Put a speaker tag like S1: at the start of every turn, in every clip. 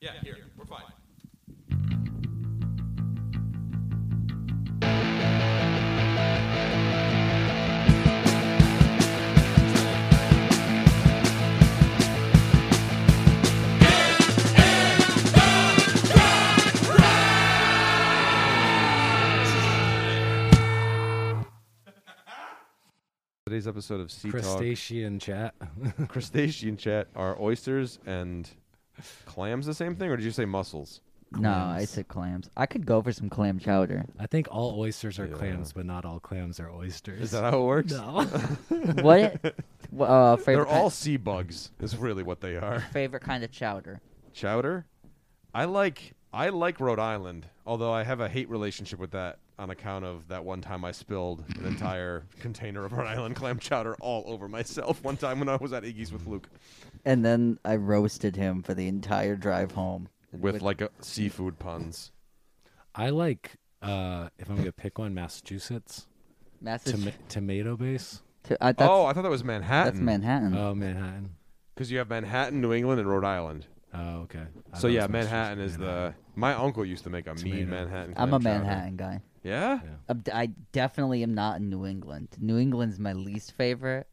S1: Yeah, here, we're fine.
S2: Today's episode of Sea
S3: Crustacean chat.
S2: Talk Crustacean Chat are oysters and clams the same thing, or did you say mussels?
S4: No, I
S3: Clams.
S4: said clams. I could go for some clam chowder.
S3: I think all oysters are
S2: Yeah.
S3: clams, but not all clams are oysters.
S2: Is that how it works?
S3: no.
S4: What? wh- uh, favorite
S2: They're
S4: kind,
S2: all sea bugs. Is really what they are.
S4: favorite kind of chowder.
S2: Chowder. I like I like Rhode Island, although I have a hate relationship with that on account of that one time I spilled an entire container of Rhode Island clam chowder all over myself one time when I was at Iggy's with Luke
S4: And then I roasted him for the entire drive home.
S2: with like a, seafood puns.
S3: I like uh, if I'm gonna pick one, Massachusetts
S4: Massive.
S3: Toma- tomato base.
S4: to- I- that's,
S2: oh, I thought that was Manhattan.
S4: that's Manhattan.
S3: Oh, Manhattan.
S2: Because you have Manhattan, New England, and Rhode Island.
S3: Oh, okay. I
S2: So
S3: thought it
S2: yeah,
S3: was Massachusetts,
S2: Manhattan is the. My uncle used to make a mean
S3: Tomato.
S2: Manhattan.
S4: I'm
S2: clam
S4: a
S2: chowder.
S4: Manhattan guy.
S2: Yeah.
S3: Yeah.
S4: I'm d- I definitely am not in New England. New England's my least favorite.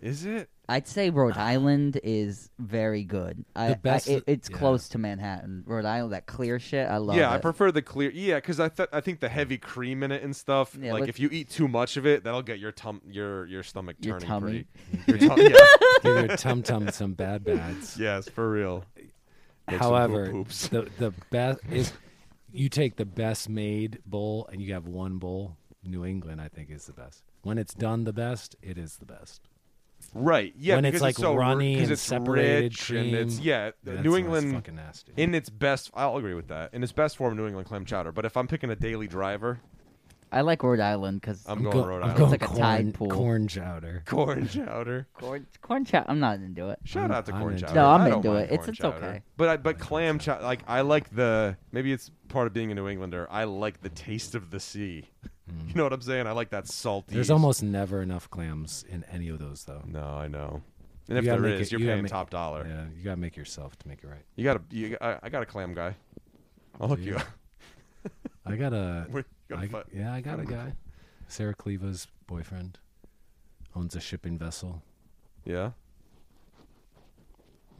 S2: Is it?
S4: I'd say Rhode Island is very good. I,
S3: Ah. The best-
S4: I, it, it's
S3: yeah.
S4: close to Manhattan. Rhode Island, that clear shit, I love
S2: yeah,
S4: it.
S2: I prefer the clear. Yeah, because I th- I think the heavy cream in it and stuff.
S4: Yeah,
S2: like
S4: let's-
S2: if you eat too much of it, that'll get your tum your your stomach
S4: Your
S2: turning
S4: tummy.
S2: pretty. Your tum- yeah.
S3: Give your tum tum some bad bads.
S2: Yes, for real. Make some
S3: However,
S2: poop-poops.
S3: the the best is you take the best made bowl and you have one bowl. New England, I think, is the best. When it's done the best, it is the best.
S2: right? Yeah,
S3: when it's,
S2: because
S3: like,
S2: so ri-
S3: runny
S2: 'cause
S3: and
S2: it's
S3: separated
S2: rich and
S3: cream.
S2: it's yeah.
S3: That's
S2: New
S3: what's
S2: England
S3: fucking nasty.
S2: in its best. I'll agree with that. In its best form, New England clam chowder. But if I'm picking a daily driver,
S4: I like Rhode Island because
S2: I'm,
S3: I'm
S2: going
S3: go-
S2: Rhode
S3: I'm
S2: Island.
S3: going
S4: It's like a
S3: corn,
S4: tide pool.
S3: corn chowder.
S2: corn chowder.
S4: corn, corn chow. I'm not into it.
S2: Shout
S3: I'm-
S2: out to
S3: I'm
S2: corn
S3: into
S2: chowder.
S3: it. No,
S4: I'm
S2: I don't
S4: into
S2: mind
S4: it. It's-
S2: corn
S4: it's
S2: chowder.
S4: okay.
S2: But I, but clam chowder, like I like the maybe it's part of being a New Englander. I like the taste of the sea. You know what I'm saying? I like that salty.
S3: Hmm. There's almost never enough clams in any of those, though.
S2: no. I know. And if
S3: You gotta
S2: there
S3: make
S2: is,
S3: it-
S2: you're
S3: you gotta
S2: paying
S3: make-
S2: top dollar.
S3: Yeah, you gotta make yourself to make it right.
S2: You gotta. You, got- I, I got a clam guy. I'll hook
S3: Do
S2: you
S3: you?
S2: up.
S3: I got a,
S2: We're gonna
S3: I-
S2: fight.
S3: yeah, I got a guy. Sarah Cleva's boyfriend owns a shipping vessel.
S2: Yeah.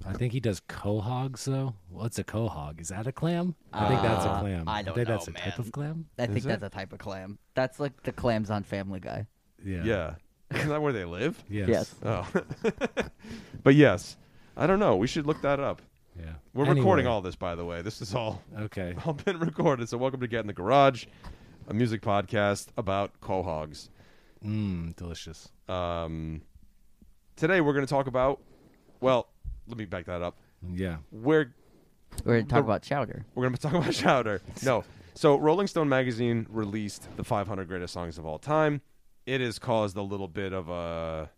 S3: I think he does cohogs though. What's a cohog? Is that a clam? I think that's a
S4: Uh,
S3: clam.
S4: I don't
S3: think
S4: know,
S3: that's a type
S4: man.
S3: of clam.
S4: I think
S2: it?
S4: that's a type of clam. That's like the clams on Family Guy.
S3: Yeah.
S2: Yeah. Isn't that where they live?
S3: Yes.
S4: Yes.
S2: Oh. but yes, I don't know. We should look that up.
S3: Yeah.
S2: We're recording
S3: Anyway,
S2: all this, by the way. This is all
S3: Okay.
S2: all been recorded. So welcome to Get in the Garage, a music podcast about cohogs.
S3: Mmm, delicious.
S2: Um, today we're going to talk about. Well, let me back that up.
S3: Yeah.
S2: We're
S4: We're gonna talk
S2: We're-
S4: about chowder.
S2: we're going to talk about chowder. No, so Rolling Stone magazine released the 500 greatest songs of all time. It has caused a little bit of a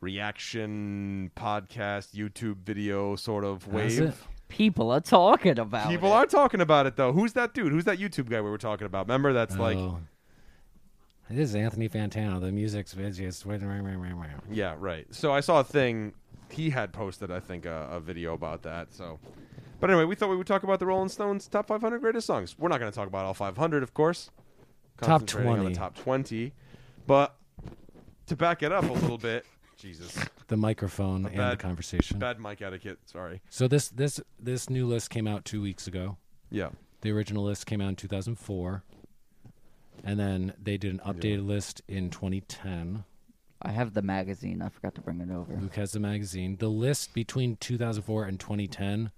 S2: reaction podcast, YouTube video sort of
S3: That's it.
S2: wave.
S4: People are talking about
S2: People
S4: it.
S2: are talking about it though. Who's that dude? Who's that YouTube guy we were talking about? Remember that's like
S3: Oh. This is Anthony Fantano. The music's just yeah.
S2: Yeah, right. So I saw a thing he had posted, I think, a, a video about that. So, but anyway, we thought we would talk about the Rolling Stones' top 500 greatest songs. We're not going to talk about all 500, of course.
S3: Top
S2: Concentrating on the
S3: 20.
S2: top 20. But to back it up a little bit, Jesus,
S3: the microphone and the
S2: bad-
S3: conversation.
S2: bad mic etiquette. Sorry.
S3: So this this this new list came out two weeks ago.
S2: Yeah,
S3: The original list came out in 2004, and then they did an updated list in 2010.
S4: I have the magazine. I forgot to bring it over.
S3: Luke has the magazine. The list between 2004 and 2010,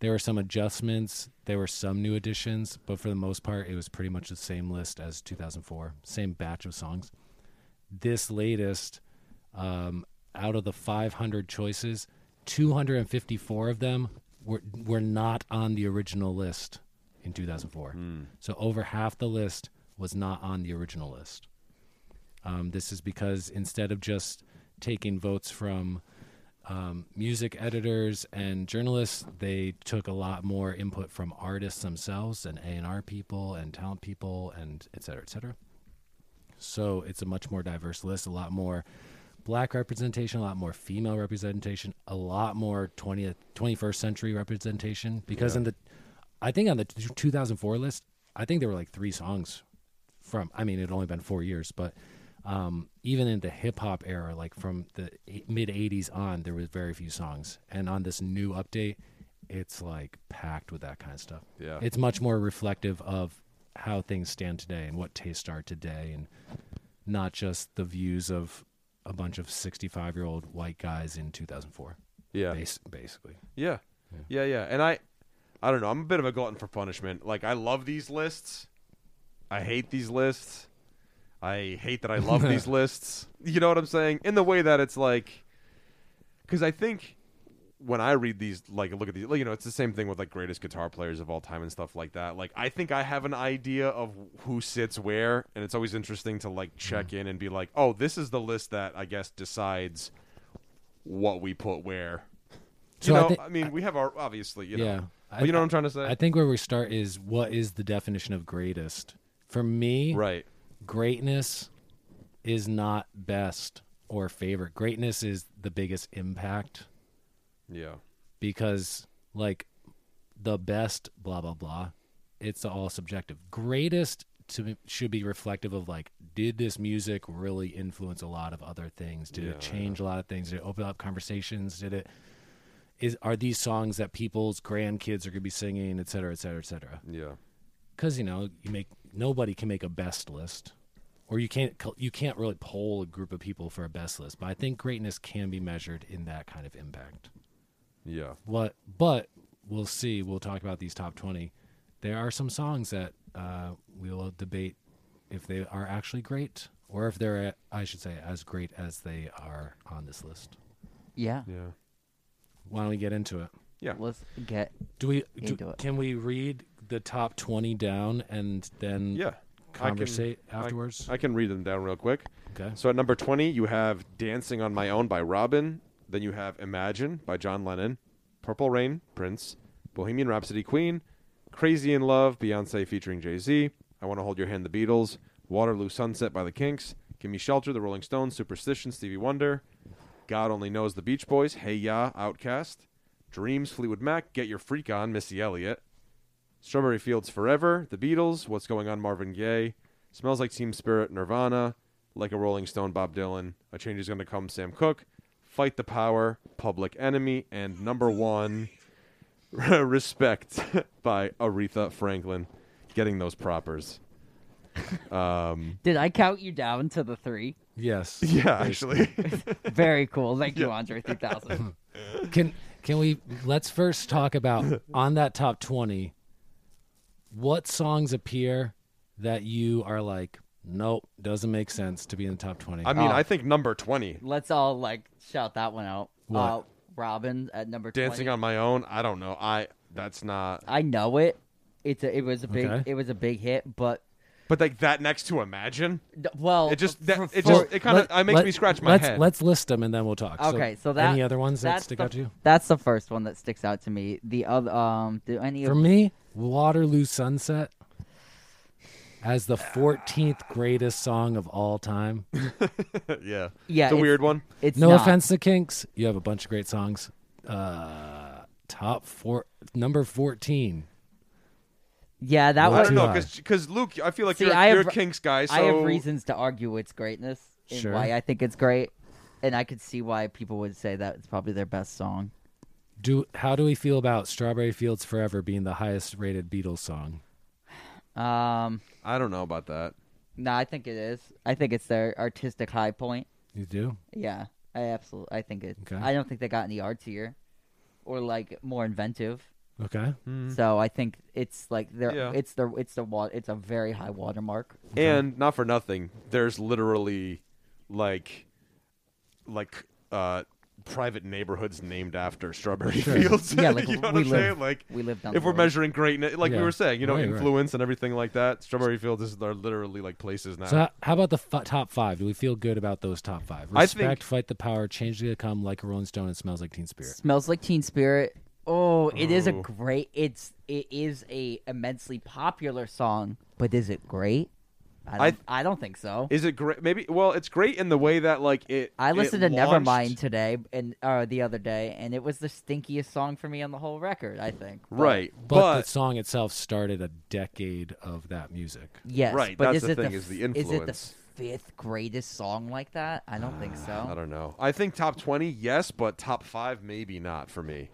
S3: there were some adjustments. There were some new additions, but for the most part, it was pretty much the same list as 2004, same batch of songs. This latest, um, out of the 500 choices, 254 of them were were not on the original list in 2004. So over half the list was not on the original list. Um, this is because instead of just taking votes from um, music editors and journalists, they took a lot more input from artists themselves and A and R people and talent people and et cetera, et cetera. So it's a much more diverse list, a lot more black representation, a lot more female representation, a lot more 20th, 21st century representation. Because in the, I think on the t- 2004 list, I think there were like three songs from, I mean, it had only been four years, but um, even in the hip hop era, like from the eight- mid 80s on, there was very few songs. And on this new update, it's like packed with that kind of stuff.
S2: Yeah.
S3: It's much more reflective of how things stand today and what tastes are today and not just the views of a bunch of 65 year old white guys in 2004
S2: Yeah.
S3: bas- basically
S2: Yeah. Yeah, yeah. And I I don't know. I'm a bit of a glutton for punishment. Like I love these lists. I hate these lists. I hate that I love these lists. You know what I'm saying? In the way that it's like cuz I think when I read these like look at these like, you know, it's the same thing with like greatest guitar players of all time and stuff like that. Like I think I have an idea of who sits where and it's always interesting to like check in and be like, "Oh, this is the list that I guess decides what we put where."
S3: So
S2: you
S3: I
S2: know, I,
S3: thi-
S2: mean, we have our obviously, you know,
S3: yeah
S2: but you know what I'm trying to say,
S3: I think where we start is what is the definition of greatest for me
S2: right?
S3: greatness is not best or favorite greatness is the biggest impact
S2: Yeah,
S3: because like the best blah blah blah it's all subjective greatest to me should be reflective of like did this music really influence a lot of other things did
S2: Yeah,
S3: it change a lot of things did it open up conversations did it is are these songs that people's grandkids are going to be singing et cetera et cetera et cetera
S2: yeah,
S3: because you know you make nobody can make a best list or you can't col- you can't really poll a group of people for a best list but i think greatness can be measured in that kind of impact
S2: yeah,
S3: what but we'll see we'll talk about these top 20 there are some songs that uh, we'll debate if they are actually great or if they're uh, i should say as great as they are on this list
S4: Yeah.
S2: yeah,
S3: why don't we get into it
S2: yeah.
S4: Let's get.
S3: do we do,
S4: Into it.
S3: can we read the top 20 down and then
S2: yeah. I can-
S3: conversate
S2: I-
S3: afterwards
S2: I can read them down real quick.
S3: okay
S2: So at number 20, you have Dancing on My Own by Robin. Then you have Imagine by John Lennon, Purple Rain, Prince, Bohemian Rhapsody, Queen, Crazy in Love, Beyonce featuring Jay Z, I Want to Hold Your Hand, The Beatles, Waterloo Sunset by The Kinks, Give Me Shelter, The Rolling Stones, Superstition, Stevie Wonder, God Only Knows, The Beach Boys, Hey Ya, Outcast, Dreams, Fleetwood Mac, Get Your Freak On, Missy Elliott, Strawberry Fields Forever, The Beatles, What's Going On, Marvin Gaye, Smells Like Team Spirit, Nirvana, Like a Rolling Stone, Bob Dylan, A Change Is Gonna Come, Sam Cooke, Fight the Power, Public Enemy, and number one, Respect by Aretha Franklin. Getting those propers. Um,
S4: Did I count you down to the three?
S3: yes
S2: yeah, actually.
S4: Very cool. Thank you, Andre 3000.
S3: Can can we let's first talk about on that top 20 what songs appear that you are like nope doesn't make sense to be in the top 20
S2: I mean,
S4: Oh.
S2: I think number 20,
S4: Let's all like shout that one out.
S3: What?
S4: Uh, Robin at number
S2: Dancing
S4: 20.
S2: on My Own, I don't know. I That's not.
S4: I know it. It's a, it was a big
S3: Okay.
S4: it was a big hit, but
S2: But like that next to Imagine,
S4: d- well,
S2: it just, that, it
S4: for-
S2: just, it kind of, it makes me scratch my
S3: let's,
S2: head.
S3: Let's list them and then we'll talk.
S4: okay. So that
S3: any other ones that
S4: that's
S3: stick
S4: the-
S3: out to you?
S4: That's the first one that sticks out to me. The other um, do any
S3: For
S4: of
S3: me, Waterloo Sunset as the 14th greatest song of all time.
S2: yeah.
S4: Yeah,
S2: It's a
S4: it's-
S2: weird one.
S4: it's
S3: No
S4: not.
S3: offense to Kinks, you have a bunch of great songs. Uh, top four, number 14.
S4: Yeah, that
S3: Well,
S2: I
S4: was.
S2: don't
S3: too
S2: know
S3: high.
S2: because Luke, I feel like
S4: See,
S2: you're,
S4: I have
S2: you're a
S4: re-
S2: Kinks guy. So
S4: I have reasons to argue its greatness and
S3: Sure.
S4: why I think it's great, and I could see why people would say that it's probably their best song.
S3: Do how do we feel about Strawberry Fields Forever being the highest rated Beatles song?
S4: Um,
S2: I don't know about that.
S4: no, I think it is. I think it's their artistic high point.
S3: You do?
S4: Yeah, I absolutely. I think it.
S3: Okay.
S4: I don't think they got any artsier, or like more inventive.
S3: Okay.
S4: So I think it's like their.
S2: Mm-hmm. Yeah.
S4: It's their. It's the wa- It's a very high watermark.
S2: And not for nothing, there's literally like like uh private neighborhoods named after Strawberry Fields.
S4: Yeah, like,
S2: you know what
S4: we
S2: I'm
S4: live-
S2: saying? Like
S4: We live down.
S2: if
S4: the
S2: we're
S4: road.
S2: measuring greatness, like we
S3: Yeah.
S2: were saying, you know,
S3: Right, right.
S2: influence and everything like that. Strawberry Fields is are literally like places now.
S3: So how, how about the f- top five? Do we feel good about those top five?
S2: I think-
S3: Respect, fight the power, change the come, like a Rolling Stone, and smells like Teen Spirit.
S4: Smells like Teen Spirit. Oh, it is a
S2: Ooh.
S4: great. It's it is a immensely popular song, but is it great? I don't,
S2: I
S4: I,
S2: th-
S4: don't think so.
S2: Is it great? Maybe. Well, it's great in the way that like it.
S4: I
S2: it
S4: listened to
S2: launched-
S4: Nevermind today and or the other day, and it was the stinkiest song for me on the whole record. I think. But-
S2: Right,
S3: But, the
S2: but,
S3: song itself started a decade of that music.
S4: Yes.
S2: Right,
S4: But
S2: that's
S4: is
S2: the
S4: it
S2: thing, is the
S4: f- Is it the
S2: influence.
S4: fifth greatest song like that? I don't think so.
S2: I don't know. I think top twenty, yes, but top five, maybe not for me.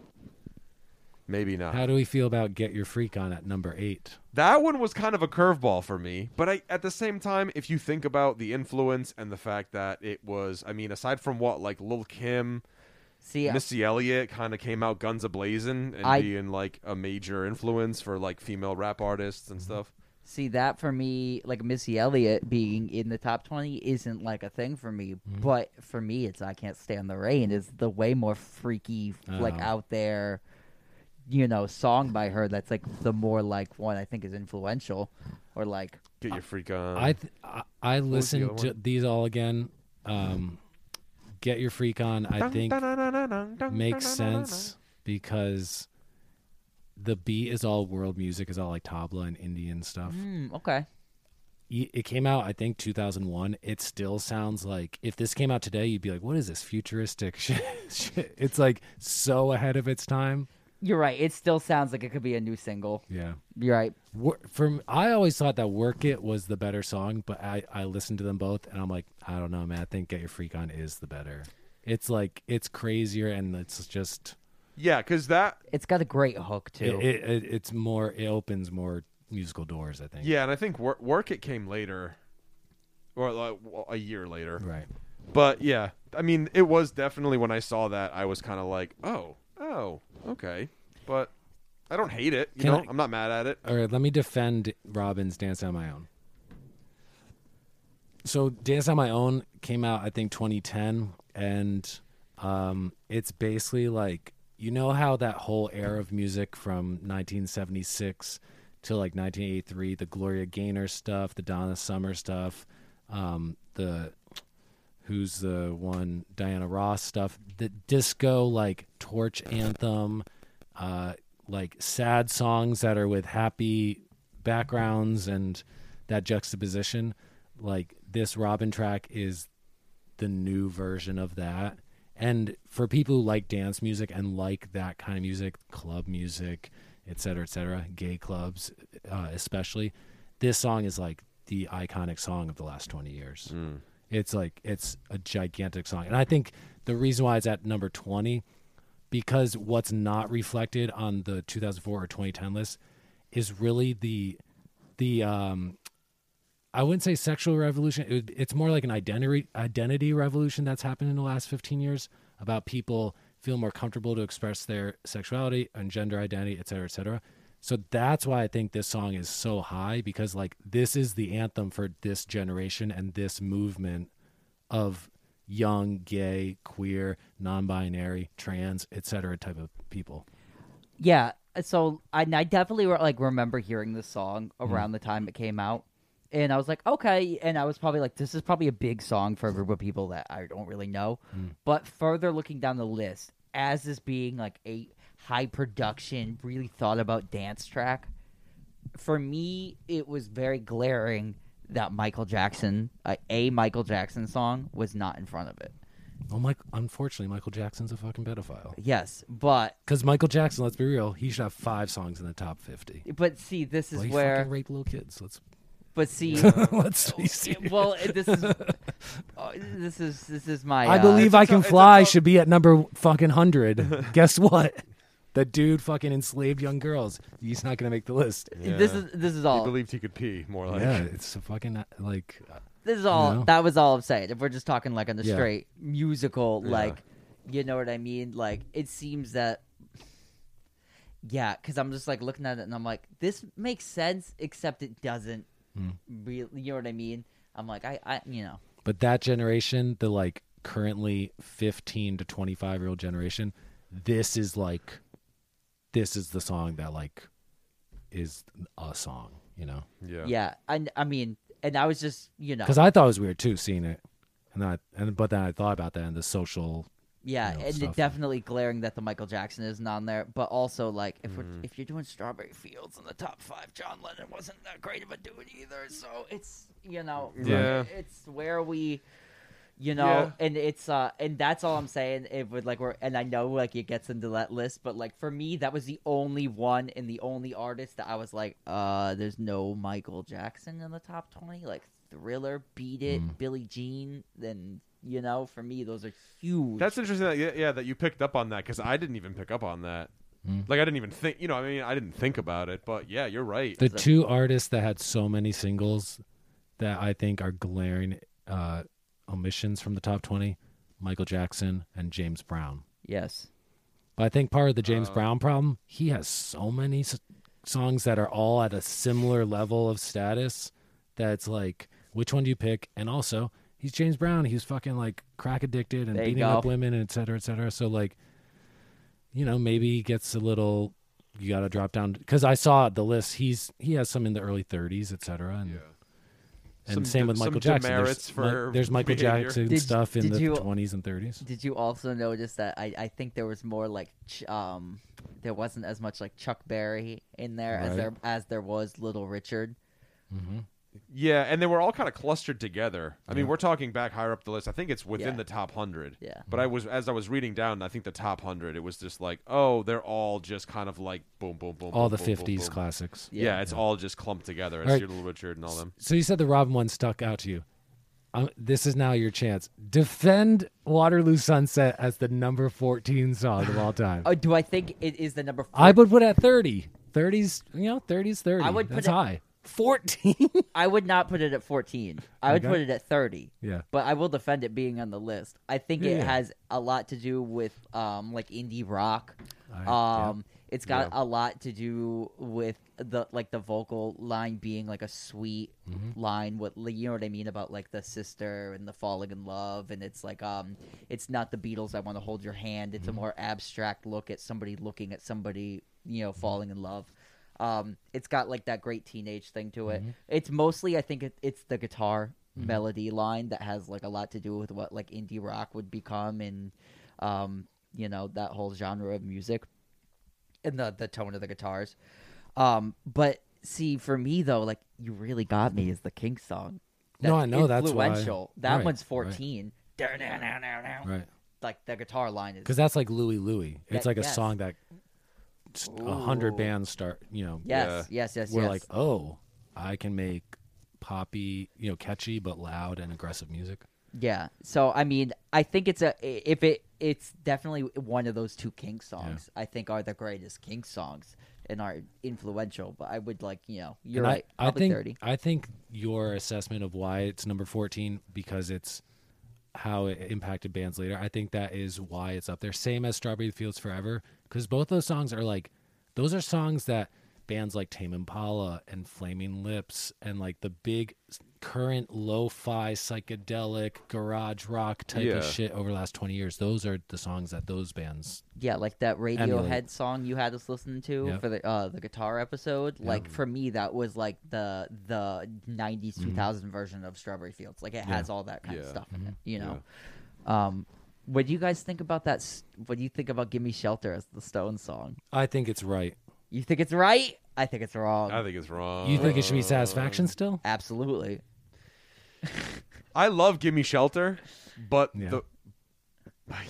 S2: Maybe not.
S3: How do we feel about Get Your Freak On at number eight?
S2: That one was kind of a curveball for me, but I at the same time, if you think about the influence and the fact that it was, I mean, aside from what like Lil Kim,
S4: See, uh,
S2: Missy Elliott kind of came out guns a blazing and
S4: I-
S2: being like a major influence for like female rap artists and stuff.
S4: see that for me, like Missy Elliott being in the top twenty isn't like a thing for me. But for me, it's I can't stand the rain is the way more freaky, like
S3: Oh.
S4: out there, you know, song by her that's like the more like one I think is influential, or like
S2: Get your freak on.
S3: I th- I, I
S2: was the
S3: listened
S2: other
S3: to these all again. Um, Get Your Freak On, I think, makes sense because the beat is all world music, is all like tabla and Indian stuff.
S4: hmm, okay,
S3: Y- It came out, I think, 2001. It still sounds like if this came out today, you'd be like, "What is this futuristic shit?" shit?" it's like so ahead of its time.
S4: you're right. It still sounds like it could be a new single.
S3: Yeah.
S4: You're right.
S3: Wor- From I always thought that "Work It" was the better song, but I I listened to them both, and I'm like, I don't know, man. I think "Get Your Freak On" is the better. It's like it's crazier, and it's just
S2: yeah, because that.
S4: It's got a great hook
S3: it,
S4: too.
S3: it, it it's more it opens more musical doors. I think.
S2: Yeah, and I think work, work it came later, or like a year later.
S3: Right.
S2: But yeah, I mean, it was definitely when I saw that I was kind of like, oh, oh, okay, but I don't hate it. You
S3: Can
S2: know,
S3: I-
S2: I... am not mad at it.
S3: All right. Let me defend Robin's "Dance on My Own." So "Dance on My Own" came out, I think, 2010, and um, it's basically like you know how that whole era of music from 1976 to like 1983, the Gloria Gaynor stuff, the Donna Summer stuff, um, the who's the one Diana Ross stuff, the disco like torch anthem, uh, like sad songs that are with happy backgrounds and that juxtaposition. Like this Robin track is the new version of that. And for people who like dance music and like that kind of music, club music, et cetera, et cetera, gay clubs uh, especially, this song is like the iconic song of the last 20 years. It's like, it's a gigantic song. And I think the reason why it's at number 20, because what's not reflected on the 2004 or 2010 list is really the, the, um, I wouldn't say sexual revolution. It, would- it's more like an identity identity revolution that's happened in the last 15 years about people feel more comfortable to express their sexuality and gender identity, et cetera, et cetera. So that's why I think this song is so high because like this is the anthem for this generation and this movement of young, gay, queer, non-binary, trans, et cetera type of people.
S4: Yeah. So I, I definitely re- like remember hearing this song
S3: Mm-hmm.
S4: around the time it came out, and I was like, okay. And I was probably like, this is probably a big song for a group of people that I don't really know.
S3: Mm.
S4: But further looking down the list, as this being like a high production, really thought about dance track, for me, it was very glaring that Michael Jackson, uh, a Michael Jackson song, was not in front of it.
S3: Well, Mike, unfortunately, Michael Jackson's a fucking pedophile.
S4: Yes, but
S3: Because Michael Jackson, let's be real, he should have five songs in the top 50.
S4: but see, this is
S3: Well, he
S4: where.
S3: fucking raped little kids. Let's
S4: But see.
S3: let's be serious.
S4: well, it- this is oh, this is this is my.
S3: I
S4: uh,
S3: believe I
S2: it's a tou-
S3: can
S2: it's a
S3: fly
S2: tough-
S3: should be at number fucking hundred. Guess what? The dude fucking enslaved young girls. He's not gonna make the list.
S4: This is this is
S2: He
S4: all.
S2: believed he could pee more like.
S3: yeah, it's a fucking uh, like
S4: this is all.
S3: No.
S4: That was all I'm saying. If we're just talking like on the
S3: Yeah.
S4: straight musical,
S2: Yeah.
S4: like, you know what I mean? Like, it seems that. Yeah, because I'm just like looking at it and I'm like, this makes sense, except it doesn't.
S3: Hmm.
S4: Really, you know what I mean? I'm like, I, I, you know,
S3: But that generation, the like currently 15 to 25 year old generation, this is like, this is the song that like is a song, you know?
S2: Yeah.
S4: yeah. I, I mean, and I was just, you know,
S3: Because I thought it was weird too, seeing it, and I and but then I thought about that and the social
S4: Yeah,
S3: you know,
S4: and
S3: stuff.
S4: definitely glaring that the Michael Jackson isn't on there, but also like if
S3: Mm-hmm.
S4: we're if you're doing Strawberry Fields in the top five, John Lennon wasn't that great of a dude either. So it's you know
S2: Yeah.
S4: it's where we you know
S2: Yeah.
S4: and it's uh and that's all I'm saying. It would like we're and I know like it gets into that list, but like for me that was the only one and the only artist that I was like, uh, there's no Michael Jackson in the top twenty. Like Thriller, Beat It,
S3: Mm.
S4: Billie Jean, then. You know, for me, those are huge.
S2: That's interesting. That, yeah, yeah, that you picked up on that because I didn't even pick up on that. Like I didn't even think. You know, I mean, I didn't think about it. But yeah, you're right.
S3: The two artists that had so many singles that I think are glaring uh, omissions from the top 20 Michael Jackson and James Brown.
S4: Yes.
S3: But I think part of the
S2: Uh.
S3: James Brown problem, he has so many s- songs that are all at a similar level of status that it's like, which one do you pick? And also, he's James Brown. He's fucking like crack addicted and
S4: There you
S3: beating up
S4: go.
S3: women and et cetera, et cetera. So, like, you know, maybe he gets a little, you got to drop down. Cause I saw the list. He's, he has some in the early 30s, et cetera. And, and
S2: Some
S3: same
S2: de-
S3: with
S2: some
S3: Michael Jackson.
S2: demerits
S3: There's, Mi-
S2: for
S3: there's Michael
S2: behavior.
S3: Jackson
S4: Did-
S3: stuff in
S4: did
S3: the
S4: you-
S3: 20s and 30s.
S4: Did you also notice that I, I think there was more like ch- um there wasn't as much like Chuck Berry in there as
S3: Right.
S4: there as there was Little Richard.
S2: Yeah, and they were all kind of clustered together. I mean, we're talking back higher up the list. I think it's within
S4: Yeah.
S2: the top hundred.
S4: Yeah.
S2: But I was as I was reading down, I think the top hundred. It was just like, oh, they're all just kind of like boom, boom, boom.
S3: All
S2: boom,
S3: the
S2: boom, boom,
S3: 50s
S2: boom.
S3: classics.
S2: Yeah, it's all just clumped together. It's
S3: All right.
S2: your Little Richard and all them.
S3: So you said the Robin one stuck out to you. Um, this is now your chance. Defend Waterloo Sunset as the number 14 song of all time.
S4: Oh, do I think it is the number? Four?
S3: I would put it at 30. 30s, you know, 30s, 30.
S4: I would put
S3: That's
S4: it-
S3: high. 14.
S4: I would not put it at fourteen. I would
S3: Okay.
S4: put it at thirty.
S3: Yeah.
S4: But I will defend it being on the list. I think
S3: Yeah.
S4: it has a lot to do with um like indie rock.
S3: All right, yeah.
S4: Um, it's got a lot to do with the like the vocal line being like a sweet
S3: Mm-hmm.
S4: line. What like, you know what I mean about like the sister and the falling in love, and it's like um, it's not the Beatles. I want to hold your hand. It's a
S3: Mm-hmm.
S4: more abstract look at somebody looking at somebody, you
S3: Mm-hmm.
S4: know, falling in love. Um, it's got like that great teenage thing to it.
S3: Mm-hmm.
S4: It's mostly, I think, it, it's the guitar melody line that has like a lot to do with what like indie rock would become, and um, you know, that whole genre of music and the the tone of the guitars. Um, but see, for me though, like you really got me is the King song.
S3: No, I know, that's why-
S4: influential. That
S3: right,
S4: one's
S3: right.
S4: fourteen. Dun-dun-dun-dun-dun.
S3: Right.
S4: Like the guitar line is
S3: Because that's like Louie Louie. It's
S4: That-
S3: like a
S4: yes.
S3: song that s- a 100 bands start, you know,
S4: yes, yes, yes,
S3: we're
S4: yes.
S3: like, oh, I can make poppy, you know, catchy but loud and aggressive music.
S4: Yeah. So I mean, I think it's a if it it's definitely one of those two King songs. I think are the greatest King songs and are influential. But I would like you know you're
S3: And I-
S4: right.
S3: I,
S4: probably
S3: think
S4: thirty.
S3: I think your assessment of why it's number fourteen because it's how it impacted bands later. I think that is why it's up there. Same as Strawberry Fields Forever, because both those songs are like those are songs that bands like Tame Impala and Flaming Lips and like the big s- current lo-fi psychedelic garage rock type
S2: Yeah.
S3: of shit over the last 20 years those are the songs that those bands
S4: Yeah, like that
S3: Emulate.
S4: Radiohead song you had us listening to
S3: Yep.
S4: for the uh, the guitar episode. Like for me, that was like the the '90s 2000 version of Strawberry Fields. Like it has all that kind of
S2: Yeah.
S4: stuff in it. You know. Um, what do you guys think about that? s- What do you think about "Give Me Shelter" as the Stone song?
S3: I think it's right.
S4: You think it's right? I think it's wrong.
S2: I think it's wrong.
S3: You think it should be satisfaction still?
S4: Absolutely.
S2: I love Gimme Shelter, but
S3: Yeah.
S2: the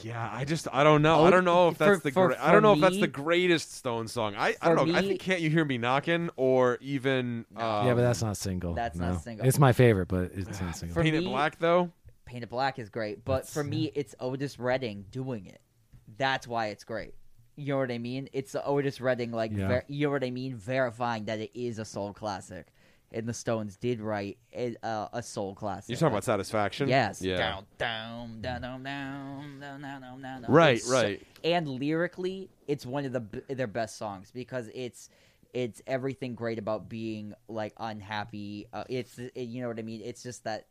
S2: yeah, I just I don't know. I
S4: Oh,
S2: don't know if
S4: for-
S2: that's the
S4: for-
S2: gra- I
S4: for
S2: don't know if that's
S4: me-
S2: the greatest Stone song. I, I
S4: for
S2: don't know. I
S4: me-
S2: think can't you hear me knocking or even uh,
S3: yeah, but that's not single.
S4: Um, that's not
S3: no.
S4: single.
S3: It's my favorite, but it's not single.
S4: for
S2: Paint It
S4: me-
S2: Black though.
S4: Paint It Black is great, but
S3: That's-
S4: for me, it's Otis Redding doing it. That's why it's great. You know what I mean? It's the Otis Redding, like,
S3: Yeah.
S4: ver- you know what I mean? Verifying that it is a soul classic. And the Stones did write a, uh, a soul classic.
S2: You're talking about satisfaction.
S4: Yes.
S2: Yeah.
S4: Down, down, down, down, down, down, down, down, down.
S2: Right,
S4: It's so-
S2: right.
S4: and lyrically, it's one of the b- their best songs because it's it's everything great about being like unhappy. Uh, it's it, you know what I mean. It's just that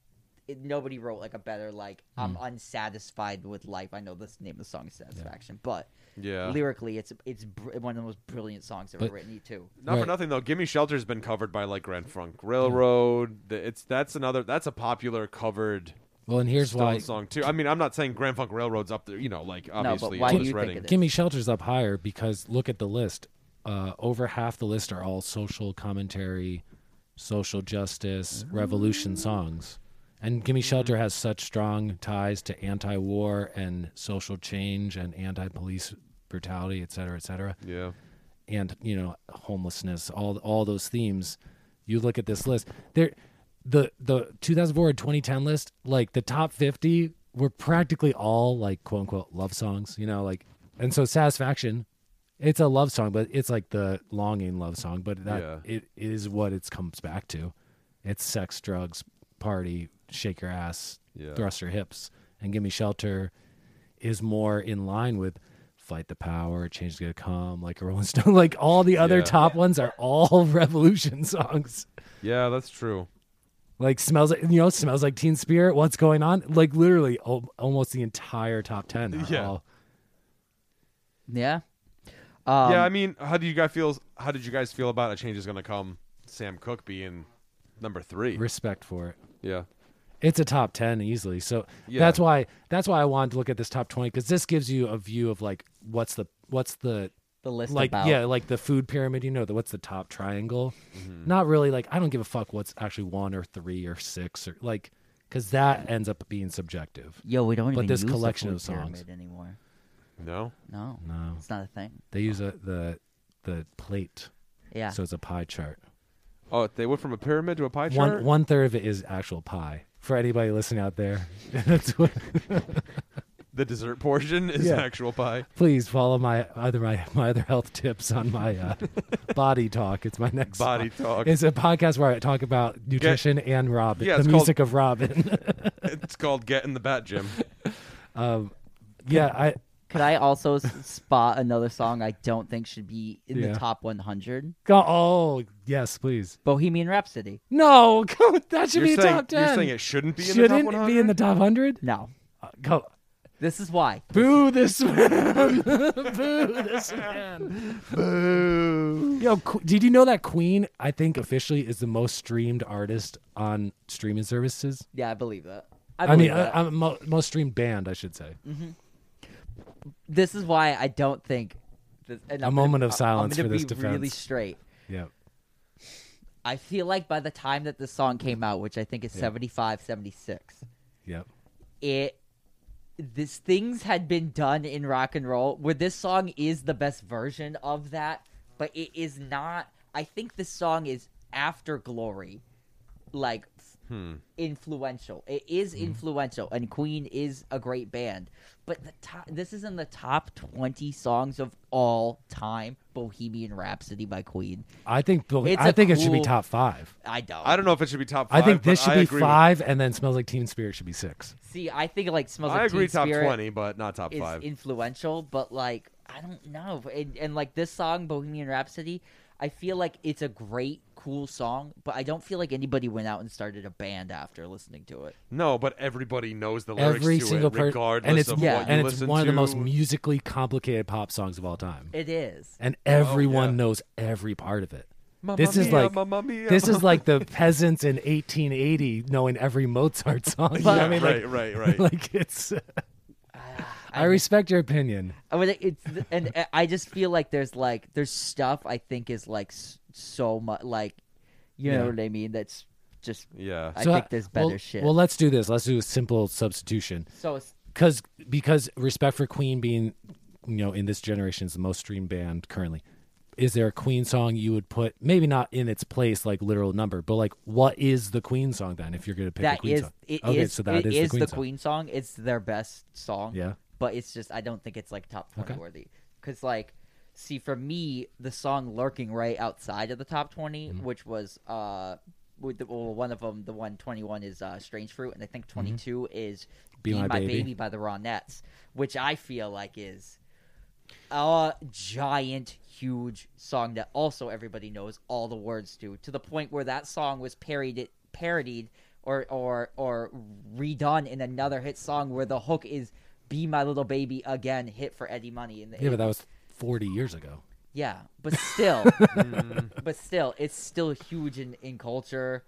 S4: it, nobody wrote like a better like I'm
S3: Hmm.
S4: unsatisfied with life. I know this name of the song is Satisfaction, but
S2: Yeah.
S4: lyrically, it's it's br- one of the most brilliant songs ever
S3: But-
S4: written too.
S2: Not for
S3: Right.
S2: nothing though. Gimme Shelter's been covered by like Grand Funk Railroad. The- It's that's another that's a popular covered
S3: Well, and here's why.
S2: Stones song too. I mean, I'm not saying Grand Funk Railroad's up there. You know, like
S4: but
S2: obviously
S4: why do
S2: Otis
S4: you think
S2: Redding.
S4: it is?
S3: Gimme Shelter's up higher because look at the list. Uh, over half the list are all social commentary, social justice, revolution
S4: Mm.
S3: songs. And Gimme
S4: Mm-hmm.
S3: Shelter has such strong ties to anti war and social change and anti police brutality, et cetera, et cetera.
S2: Yeah.
S3: and you know homelessness all all those themes you look at this list there the the 2004 and 2010 list like the top 50 were practically all like quote unquote love songs you know like and so satisfaction it's a love song but it's like the longing love song but that
S2: Yeah.
S3: it is what it comes back to it's sex drugs party shake your ass
S2: Yeah.
S3: thrust your hips and give me shelter is more in line with fight the power change is gonna come like a rolling stone like all the other
S2: Yeah.
S3: top ones are all revolution songs
S2: Yeah, that's true.
S3: like smells like you know smells like teen spirit what's going on like literally al- almost the entire top 10 are
S2: Yeah.
S3: all-
S4: Yeah. Um,
S2: yeah, I mean, how do you guys feel? How did you guys feel about a change is gonna come? Sam Cooke being number three.
S3: respect for it
S2: Yeah.
S3: it's a top 10 easily so
S2: Yeah.
S3: that's why that's why i wanted to look at this top 20 because this gives you a view of like what's the what's the
S4: the list
S3: like
S4: about
S3: yeah like the food pyramid you know the, what's the top triangle not really like i don't give a fuck what's actually one or three or six or like because that ends up being subjective
S4: Yo, we don't
S3: But
S4: even
S3: this
S4: use the
S3: collection
S4: food
S3: of songs.
S4: pyramid anymore.
S2: No.
S4: No,
S3: no
S4: it's not a thing.
S3: they use a, the the plate
S4: Yeah.
S3: so it's a pie chart
S2: Oh, they went from a pyramid to a pie chart.
S3: one one third of it is actual pie for anybody listening out there that's what
S2: The dessert portion is
S3: Yeah.
S2: actual pie.
S3: please follow my other my, my other health tips on my uh, body talk. It's my next
S2: Body
S3: po-
S2: talk.
S3: It's a podcast where I talk about nutrition and Robin,
S2: Yeah,
S3: the
S2: it's called-
S3: music of Robin.
S2: It's called Get in the Bat Gym.
S3: yeah, I
S4: Could I also s- spot another song I don't think should be in
S3: Yeah.
S4: the top 100?
S3: go. Oh yes, please.
S4: Bohemian Rhapsody.
S3: No, go, that should
S2: You're
S3: be a
S2: saying,
S3: top
S2: you're
S3: ten.
S2: saying it shouldn't be in
S3: Shouldn't
S2: the top
S3: it
S2: 100?
S3: be in the top hundred?
S4: No.
S3: Uh, go.
S4: This is why.
S3: Boo this man! Boo this man! Boo! Yo, Qu- did you know that Queen? I think officially is the most streamed artist on streaming services.
S4: Yeah, I believe that. I,
S3: I, mean,
S4: believe
S3: uh,
S4: that. Mm-hmm.
S3: I'm mo- most streamed band, I should say.
S4: this is why I don't think. This, and
S3: A
S4: I'm
S3: moment
S4: gonna,
S3: of silence for
S4: I'm gonna
S3: this
S4: be Really
S3: defense.
S4: straight.
S3: Yeah.
S4: I feel like by the time that this song came out, which I think is 75, 76,
S3: Yep.
S4: it this things had been done in rock and roll where this song is the best version of that but it is not i think this song is after glory like f-
S2: Hmm.
S4: influential it is influential and queen is a great band but the top, this is in the top 20 songs of all time bohemian rhapsody by queen
S3: I think Bill-
S4: It's
S3: I
S4: a
S3: think it should be
S4: cool-
S3: top five.
S4: i don't
S2: I don't know if it should be top
S3: I
S2: five.
S3: think this
S2: but
S3: should
S2: I
S3: be
S2: agree with-
S3: five, and then Smells Like Teen Spirit should be six.
S4: see i think like smells
S2: I
S4: like
S2: agree
S4: Teen
S2: top
S4: Spirit
S2: 20, but not top
S4: is
S2: 5.
S4: influential, but like I don't know. And, and like this song, Bohemian Rhapsody, I feel like it's a great, cool song, but I don't feel like anybody went out and started a band after listening to it.
S2: no, but everybody knows the lyrics
S3: Every
S2: to
S3: single
S2: it,
S3: person,
S2: regardless
S3: and it's
S2: of
S4: yeah,
S2: what you
S3: and it's
S2: listen
S3: one of the most
S2: to.
S3: musically complicated pop songs of all time,
S4: It is.
S3: and everyone
S2: Oh, yeah.
S3: knows every part of it.
S2: Mamma
S3: this is
S2: mia,
S3: like
S2: mamma mia,
S3: this is like the peasants in 1880 knowing every Mozart song. You know what
S2: Yeah,
S3: I mean,
S2: right,
S3: like,
S2: right, right.
S3: like it's. I respect your opinion.
S4: I mean, it's and uh, I just feel like there's like there's stuff I think is like s- so much like, you know
S3: Yeah.
S4: what I mean? That's just
S2: yeah.
S4: I think there's better
S3: well-
S4: shit.
S3: Well, let's do this. Let's do a simple substitution.
S4: so. It's,
S3: because because respect for Queen being you know in this generation is the most streamed band currently. Is there a Queen song you would put maybe not in its place like literal number, but like what is the Queen song then if you're gonna pick a
S4: that
S3: Queen
S4: is
S3: song?
S4: it
S3: okay,
S4: is-
S3: so that
S4: it
S3: is
S4: is
S3: the Queen song.
S4: song. It's their best song.
S3: Yeah.
S4: but it's just I don't think it's like top twenty
S3: Okay.
S4: worthy. Because like, see, for me, the song "Lurking" right outside of the top 20
S3: Mm-hmm.
S4: which was uh, with the, well, one of them, the one twenty one is uh, "Strange Fruit," and I think twenty is
S3: Mm-hmm. Be My Baby."
S4: by the Ronettes, which I feel like is a giant, huge song that also everybody knows all the words to, to the point where that song was parodied, parodied or or or redone in another hit song where the hook is "Be My Little Baby" again, hit for Eddie Money in the
S3: Yeah, but that was forty years ago.
S2: Mm.
S4: yeah, but still, but still, it's still huge in in culture.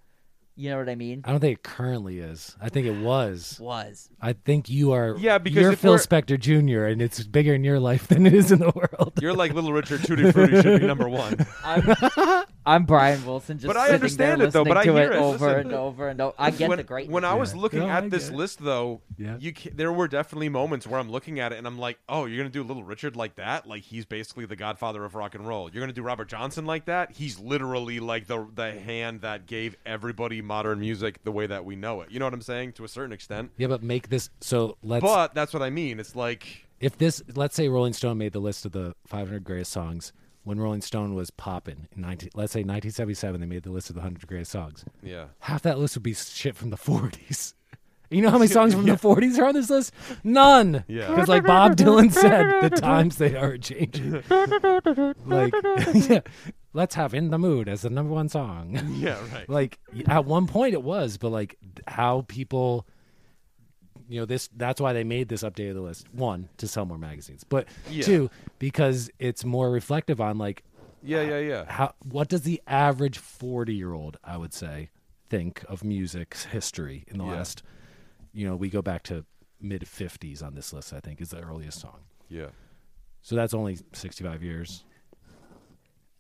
S4: You know what I mean?
S3: I don't think it currently is. I think it was.
S4: Was
S3: I think you are.
S2: Yeah, because
S3: you're
S2: if
S3: Phil
S2: we're-
S3: Spector Jr. and it's bigger in your life than it is in the world.
S2: You're like Little Richard Tutti Frutti should be number one.
S4: I'm, I'm Brian Wilson. Just
S2: But I
S4: sitting
S2: understand
S4: there
S2: it, though, but
S4: listening
S2: I
S4: to
S2: hear
S4: it
S2: it.
S4: over
S2: Listen.
S4: and over and over. I get
S2: when,
S4: the great.
S2: When I was
S3: Yeah.
S2: looking
S3: No, I
S2: at this
S3: get it.
S2: list, though,
S3: Yeah.
S2: you ca there were definitely moments where I'm looking at it and I'm like, oh, you're gonna do Little Richard like that? Like he's basically the Godfather of rock and roll. You're gonna do Robert Johnson like that? He's literally like the the hand that gave everybody modern music the way that we know it. You know what I'm saying? To a certain extent.
S3: yeah, but make this. So let's.
S2: But that's what I mean. It's like
S3: if this, let's say Rolling Stone made the list of the 500 greatest songs when Rolling Stone was popping in 19, let's say 1977, they made the list of the 100 greatest songs.
S2: yeah.
S3: Half that list would be shit from the 40s. You know how many songs from the 40s are on this list? None.
S2: Yeah.
S3: Because like Bob Dylan said, the times they are changing. like, yeah. Let's have "In the Mood" as the number one song
S2: Yeah, right.
S3: like at one point it was but like how people you know this that's why they made this update of the list one to sell more magazines but
S2: Yeah.
S3: two because it's more reflective on like
S2: yeah, yeah, yeah.
S3: how what does the average 40 year old i would say think of music's history in the
S2: Yeah.
S3: last you know we go back to mid 50s on this list i think is the earliest song
S2: Yeah.
S3: so that's only 65 years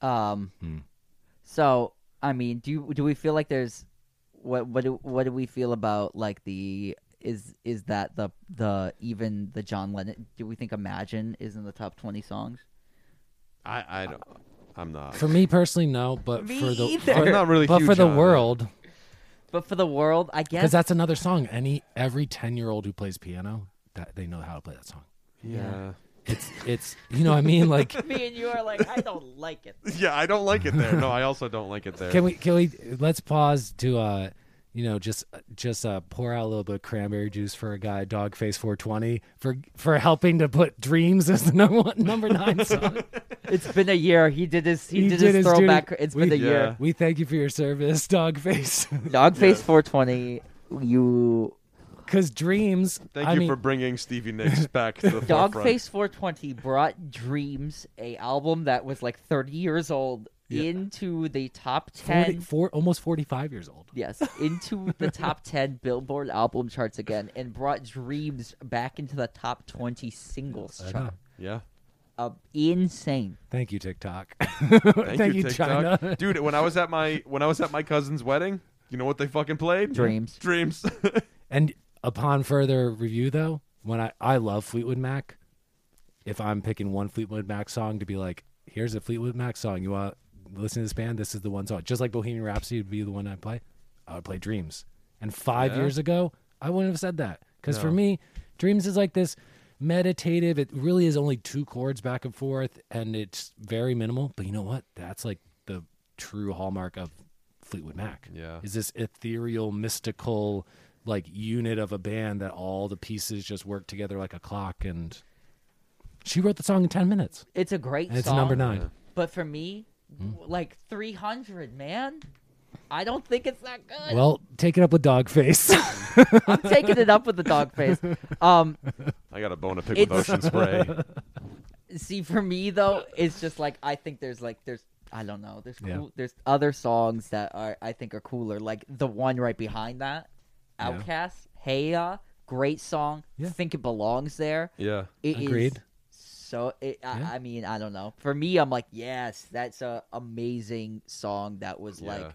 S4: Um,
S3: Hmm.
S4: so I mean, do you, do we feel like there's what what do, what do we feel about like the is is that the the even the John Lennon? Do we think Imagine is in the top twenty songs?
S2: I I don't. I'm not.
S3: for me personally no but
S4: Me
S3: for the
S4: either.
S3: for-
S2: I'm not really
S3: but for
S2: huge
S3: the
S2: on it.
S3: world
S4: But for the world, I guess
S3: because that's another song. Any every ten year old who plays piano, that they know how to play that song.
S2: Yeah.
S3: It's it's you know what I mean. Like,
S4: me and you are like I don't like it.
S2: Yeah, I don't like it there. No, I also don't like it there.
S3: can we can we let's pause to uh you know just just uh pour out a little bit of cranberry juice for a guy dog face 420 for for helping to put dreams as the number one number nine song.
S4: It's been a year. He did his he,
S3: He
S4: did,
S3: did
S4: his
S3: his duty.
S4: throwback. It's been
S3: We-
S4: a year.
S3: we thank you for your service, dog face.
S4: Dogface four twenty. You
S3: Because dreams.
S2: Thank
S3: I
S2: you
S3: mean,
S2: for bringing Stevie Nicks back to the forefront.
S4: Dogface 420 brought Dreams, a album that was like 30 years old, into the top 10.
S3: 40, four, almost 45 years old.
S4: Yes, into the top 10 Billboard album charts again and brought Dreams back into the top 20 singles
S3: I know.
S4: chart.
S2: Yeah.
S4: Uh, insane.
S3: Thank you, TikTok.
S2: Thank,
S3: Thank
S2: you,
S3: you,
S2: TikTok.
S3: China.
S2: Dude, when I was at my when I was at my cousin's wedding, you know what they fucking played?
S4: Dreams.
S2: Dreams.
S3: And upon further review, though, when I I love Fleetwood Mac, if I'm picking one Fleetwood Mac song to be like, here's a Fleetwood Mac song you want to listen to this band, this is the one song. Just like Bohemian Rhapsody would be the one I play, I would play Dreams. And five
S2: Yeah.
S3: years ago, I wouldn't have said that because for
S2: No.
S3: me, Dreams is like this meditative. It really is only two chords back and forth, and it's very minimal. But you know what? That's like the true hallmark of Fleetwood Mac
S2: Yeah.
S3: is this ethereal, mystical, like unit of a band that all the pieces just work together like a clock. And she wrote the song in ten minutes,
S4: It's a great
S3: and it's
S4: song.
S3: number nine. Hmm.
S4: But for me, w- like 300, man. I don't think it's that good.
S3: Well, take it up with Dogface.
S4: I'm taking it up with the dog face. Um,
S2: I got a bone to pick with
S4: It's-
S2: Ocean Spray.
S4: see for me though it's just like i think there's like there's i don't know there's
S3: Yeah.
S4: cool, there's other songs that are i think are cooler like the one right behind that
S3: Yeah.
S4: outcast hey ya great song
S3: Yeah.
S4: think it belongs there
S2: Yeah.
S4: It is
S3: Agreed.
S4: so it, I,
S3: Yeah.
S4: I mean i don't know for me i'm like yes that's a amazing song that was
S2: Yeah.
S4: like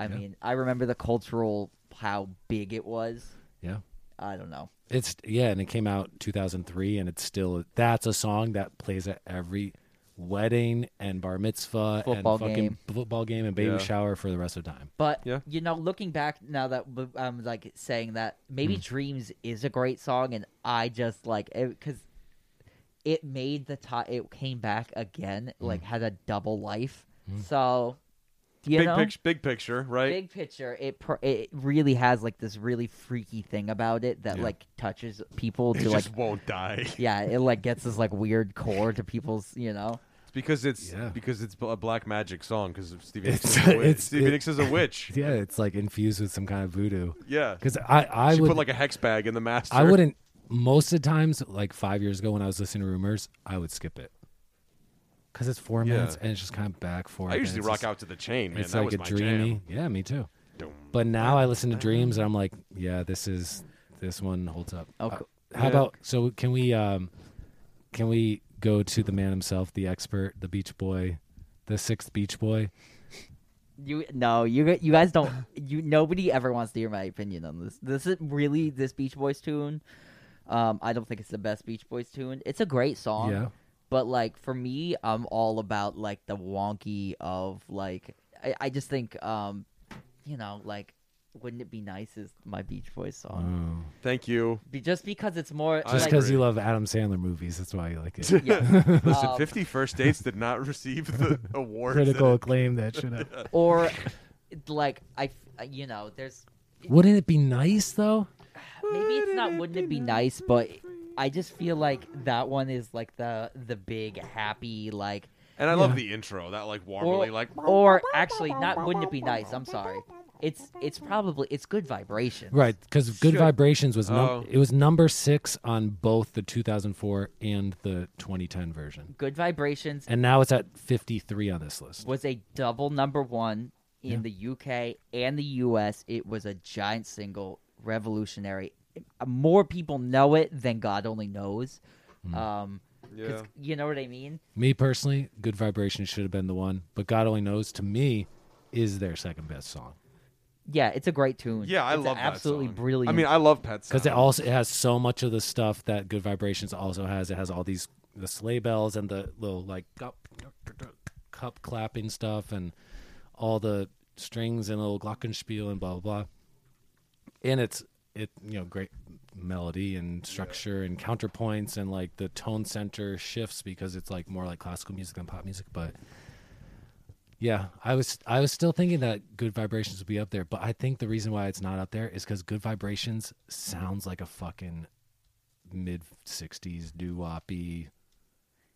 S4: i
S3: Yeah.
S4: mean i remember the cultural how big it was
S3: yeah,
S4: i don't know
S3: it's yeah, and it came out two thousand three, and it's still that's a song that plays at every wedding and bar mitzvah
S4: Football
S3: and fucking
S4: game.
S3: football game and baby
S2: Yeah.
S3: shower for the rest of the time.
S4: But
S2: Yeah.
S4: you know, looking back now that b- I'm like saying that maybe
S2: Hmm.
S4: "Dreams" is a great song, and I just like because it, made the top. It came back again,
S2: Hmm.
S4: like had a double life. So you
S2: big
S4: know,
S2: picture big picture, right?
S4: big picture, it pr- it really has like this really freaky thing about it that
S3: Yeah.
S4: like touches people
S2: it
S4: to like
S2: just won't die.
S4: yeah, it like gets this like weird core to people's you know.
S2: It's because it's
S3: Yeah.
S2: because it's a black magic song because Stevie
S3: It's-
S2: Nicks is a witch.
S3: it's-
S2: Stevie
S3: it-
S2: Nicks is a witch.
S3: Yeah, it's like infused with some kind of voodoo.
S2: Yeah.
S3: Because I I
S2: she
S3: would
S2: put like a hex bag in the master.
S3: I wouldn't. Most of the times, like five years ago when I was listening to rumors, I would skip it because it's four
S2: Yeah.
S3: minutes and it's just kind of back forth.
S2: I
S3: and
S2: usually
S3: it's
S2: rock
S3: just-
S2: out to the chain, man.
S3: It's
S2: that
S3: like
S2: was
S3: a
S2: my
S3: dreamy. Yeah, me too.
S2: jam. Doom,
S3: But now I listen to Dreams and I'm like, yeah, this is this one holds up.
S4: Oh,
S3: Uh,
S4: cool.
S3: how
S2: Yeah.
S3: about so can we um can we go to the man himself, the expert, the Beach Boy, the sixth Beach Boy?
S4: You no, you g- you guys don't. You nobody ever wants to hear my opinion on this. This is really this Beach Boys tune. Um, I don't think it's the best Beach Boys tune. It's a great song,
S3: Yeah.
S4: but like for me, I'm all about like the wonky of like I, I just think um, you know, like wouldn't it be nice is my Beach Boys song?
S3: Oh.
S2: Thank you.
S4: Be, just because it's more
S2: I
S3: Just
S4: like,
S3: because
S2: agree.
S3: you love Adam Sandler movies, that's why you like it.
S4: yeah.
S2: Listen,
S4: Um,
S2: 50 First Dates did not receive the award.
S3: Critical acclaim that should have.
S4: or like I f- you know, there's
S3: Wouldn't it be nice though?
S4: maybe it's not wouldn't it be nice but i just feel like that one is like the the big happy like
S2: And I love
S3: Yeah.
S2: the intro, that like
S4: or,
S2: warmly like
S4: or actually not wouldn't it be nice i'm sorry it's it's probably it's good vibrations
S3: Right, because Good
S2: Should-
S3: Vibrations was num-
S2: Oh.
S3: it was number six on both the 2004 and the 2010 version,
S4: good vibrations
S3: and now it's at 53 on this list.
S4: was a double number one in the uk and the us it was a giant single revolutionary more people know it than god only knows um 'cause-
S2: Yeah.
S4: you know what i mean
S3: Me personally, Good Vibrations should have been the one, but God only knows to me is their second best song
S4: yeah it's a great tune
S2: Yeah, I
S4: It's
S2: love that
S4: absolutely
S2: song.
S4: brilliant
S2: I mean, I love Pet
S3: because it
S2: Sounds.
S3: also it has so much of the stuff that Good Vibrations also has. It has all these the sleigh bells and the little like gup, gup, gup, gup, cup clapping stuff and all the strings and little glockenspiel and blah blah blah. And it's it you know great melody and structure and counterpoints and like the tone center shifts because it's like more like classical music than pop music, but. Yeah, I was I was still thinking that Good Vibrations would be up there, but I think the reason why it's not up there is because Good Vibrations sounds like a fucking mid '60s doo woppy,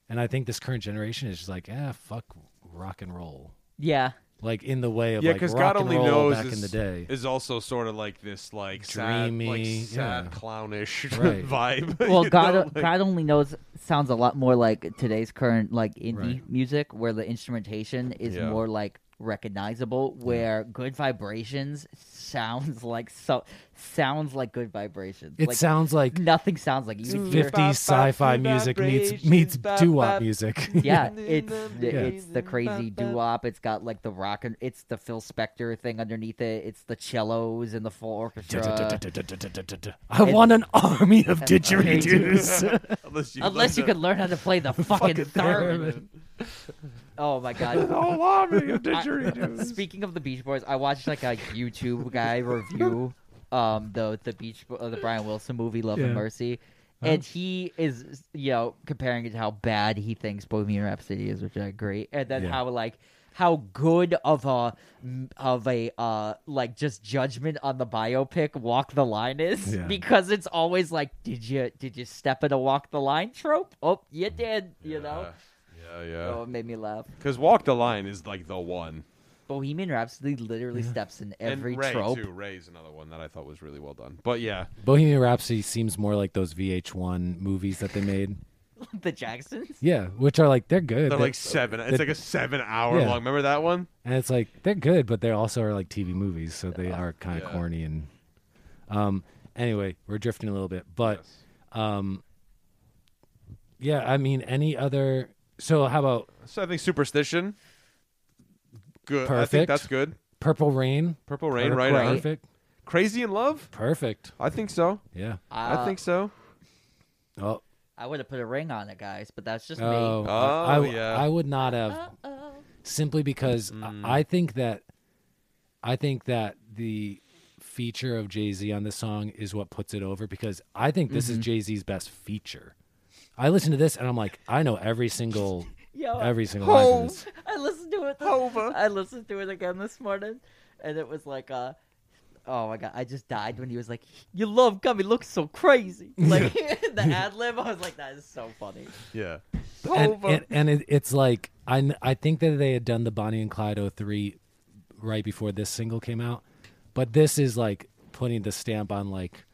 S3: and I think this current generation is just like, ah, fuck rock and roll,
S4: yeah
S3: like in the way of
S2: yeah,
S3: like rock
S2: because God
S3: and
S2: only
S3: roll
S2: knows
S3: back
S2: is,
S3: in the day.
S2: is also sort of like this like sad, like
S3: Dreamy,
S2: sad
S3: yeah.
S2: clownish
S3: Right.
S2: vibe.
S4: well,
S2: you
S4: God, uh,
S2: know, like-
S4: God only knows sounds a lot more like today's current like indie
S3: Right.
S4: music, where the instrumentation is
S2: Yeah.
S4: more like recognizable. Where Good Vibrations sounds like so sounds like Good Vibrations.
S3: it
S4: like,
S3: sounds like
S4: nothing sounds like you can hear-
S3: 50s sci-fi music meets meets doo wop music.
S4: Yeah, it's the,
S3: Yeah.
S4: it's the crazy doo wop. It's got like the rock and it's the Phil Spector thing underneath it. It's the cellos and the full orchestra.
S3: I want an army of didgeridoos.
S2: unless you,
S4: Unless you
S2: learn
S4: could learn how to play the fucking, third.
S3: theremin.
S4: Oh my god.
S2: whole army of didgeridoos.
S4: Speaking of the Beach Boys, I watched like a YouTube guy review um the the Beach Bo- uh, the Brian Wilson movie Love
S3: Yeah.
S4: and Mercy. And he is, you know, comparing it to how bad he thinks Bohemian Rhapsody is, which I agree, and then
S3: Yeah.
S4: how like how good of a of a uh like just judgment on the biopic Walk the Line is,
S3: Yeah.
S4: because it's always like, did you did you step in a Walk the Line trope? Oh, you did, you know.
S2: Yeah, yeah.
S4: Oh, it made me laugh.
S2: Because Walk the Line is like the one.
S4: Bohemian Rhapsody literally steps in every
S2: and Ray
S4: trope.
S2: too. Ray's another one that I thought was really well done. But yeah,
S3: Bohemian Rhapsody seems more like those VH1 movies that they made.
S4: the Jacksons.
S3: Yeah, which are like they're good.
S2: they're
S3: they-
S2: like seven. It's like a seven-hour
S3: Yeah.
S2: long. Remember that one?
S3: and it's like they're good, but they also are like TV movies, so they are kind of
S2: Yeah.
S3: corny and. Um. Anyway, we're drifting a little bit, but um, yeah, I mean, any other? So how about
S2: So I think Superstition. Good. I
S3: Perfect.
S2: think that's good.
S3: Purple Rain?
S2: Purple Rain,
S3: Per-
S2: right? on.
S4: Right.
S3: Perfect.
S2: Crazy in Love.
S3: Perfect.
S2: I think so.
S3: Yeah.
S2: I think so.
S3: Oh.
S4: Uh, I would have put a ring on it, guys, but that's just
S3: Oh,
S4: me.
S3: I,
S2: Oh,
S3: I-
S2: yeah.
S3: I would not have simply because I- I think that I think that the feature of Jay-Z on this song is what puts it over because I think this is Jay-Z's best feature. I listen to this and I'm like, I know every single
S4: Yo,
S3: every single line from
S2: Hov.
S3: this.
S4: I listened to it.
S2: Hova.
S4: I listened to it again this morning, and it was like, uh, oh my god, I just died when he was like, "Your love got me looking so crazy." Like the ad lib, I was like, that is so funny.
S2: Yeah.
S3: and, and, and it, it's like I, kn- I think that they had done the Bonnie and Clyde 03 right before this single came out, but this is like putting the stamp on like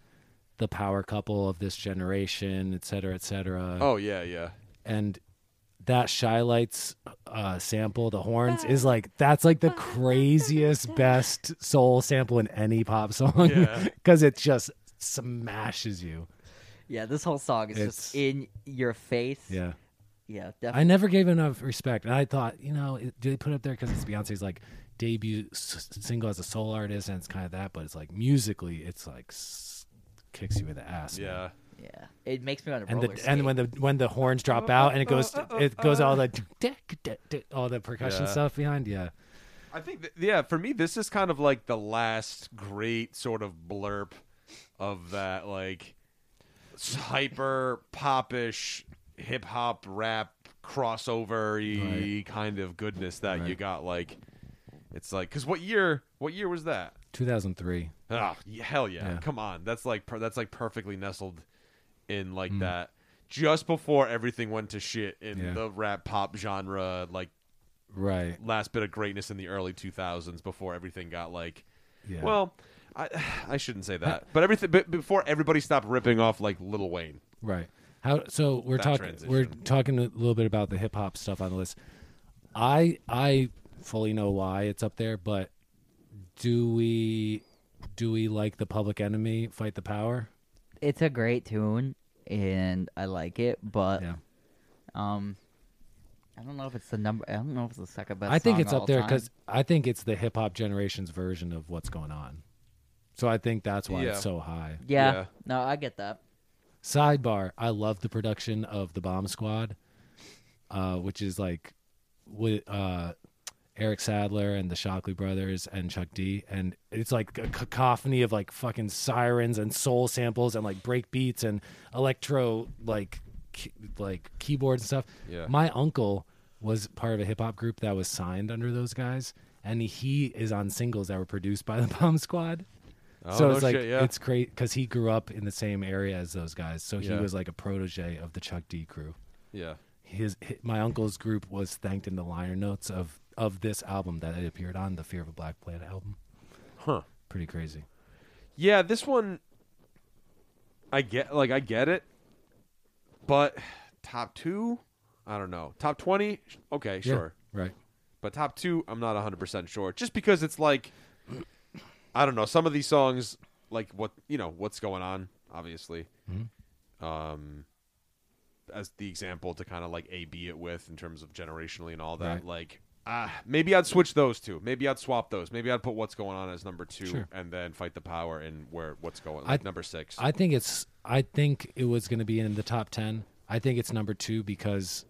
S3: the power couple of this generation, et cetera, et cetera.
S2: oh yeah, yeah.
S3: And that Shy Lights uh, sample, the horns, is like that's like the craziest, best soul sample in any pop song
S2: Yeah.
S3: because it just smashes you.
S4: Yeah, this whole song is
S3: It's-
S4: just in your face.
S3: Yeah.
S4: yeah,
S3: I
S4: definitely.
S3: never gave enough respect, and I thought, you know, it, do they put it up there because it's Beyonce's like debut s- single as a soul artist, and it's kind of that, but it's like musically, it's like s- kicks you in the ass. man.
S2: Yeah.
S4: Yeah, it makes me want to
S3: And
S4: roller
S3: the
S4: skate.
S3: and when the when the horns drop out and it goes it goes all the all the percussion
S2: Yeah.
S3: stuff behind yeah
S2: I think, th- yeah, for me, this is kind of like the last great sort of blurb of that, like, s- hyper popish hip hop rap crossover kind of goodness that you got. Like, it's like, because what year, what year was that?
S3: 2003
S2: Ah, y- hell yeah.
S3: Yeah.
S2: Come on. That's like, per- that's like perfectly nestled in like that. Just before everything went to shit in
S3: Mm. Yeah.
S2: the rap pop genre, like,
S3: right
S2: last bit of greatness in the early 2000s before everything got like
S3: yeah
S2: well I, I shouldn't say that but everything but before everybody stopped ripping off like Lil Wayne
S3: Right. How so we're
S2: That
S3: talking we're
S2: transition.
S3: talking a little bit about the hip hop stuff on the list. I I fully know why it's up there, but do we do we like the public enemy fight the power?
S4: it's a great tune, and I like it, but
S3: Yeah.
S4: um, I don't know if it's the number. I don't know if it's the second best.
S3: I think
S4: song
S3: it's
S4: of
S3: up
S4: all
S3: there
S4: time.
S3: cuz I think it's the hip hop generation's version of what's going on. So I think that's why
S2: Yeah.
S3: it's so high.
S4: yeah,
S2: Yeah.
S4: no, I get that.
S3: Sidebar: I love the production of the Bomb Squad, uh, which is like with uh, Eric Sadler and the Shockley brothers and Chuck D, and it's like a cacophony of like fucking sirens and soul samples and like break beats and electro like key, like keyboards and stuff.
S2: Yeah.
S3: My uncle was part of a hip hop group that was signed under those guys, and he is on singles that were produced by the Bomb Squad so
S2: Oh, no
S3: it's like
S2: shit, yeah.
S3: it's great because he grew up in the same area as those guys, so he
S2: Yeah.
S3: was like a protege of the Chuck D crew.
S2: yeah
S3: His, hi my uncle's group was thanked in the liner notes of of this album that it appeared on, the Fear of a Black Planet album.
S2: huh
S3: Pretty crazy.
S2: yeah this one I get like I get it but top 2 I don't know top 20 okay
S3: Yeah,
S2: sure
S3: right.
S2: but top 2 I'm not 100% sure just because it's like I don't know some of these songs like what you know what's going on obviously
S3: Mm-hmm.
S2: um as the example to kind of like a b it with in terms of generationally and all that
S3: Right.
S2: like ah maybe i'd switch those two maybe i'd swap those maybe i'd put what's going on as number two
S3: Sure.
S2: and then fight the power and where what's going like
S3: I-
S2: number six
S3: I think it's. I think it was going to be in the top ten. I think it's number two because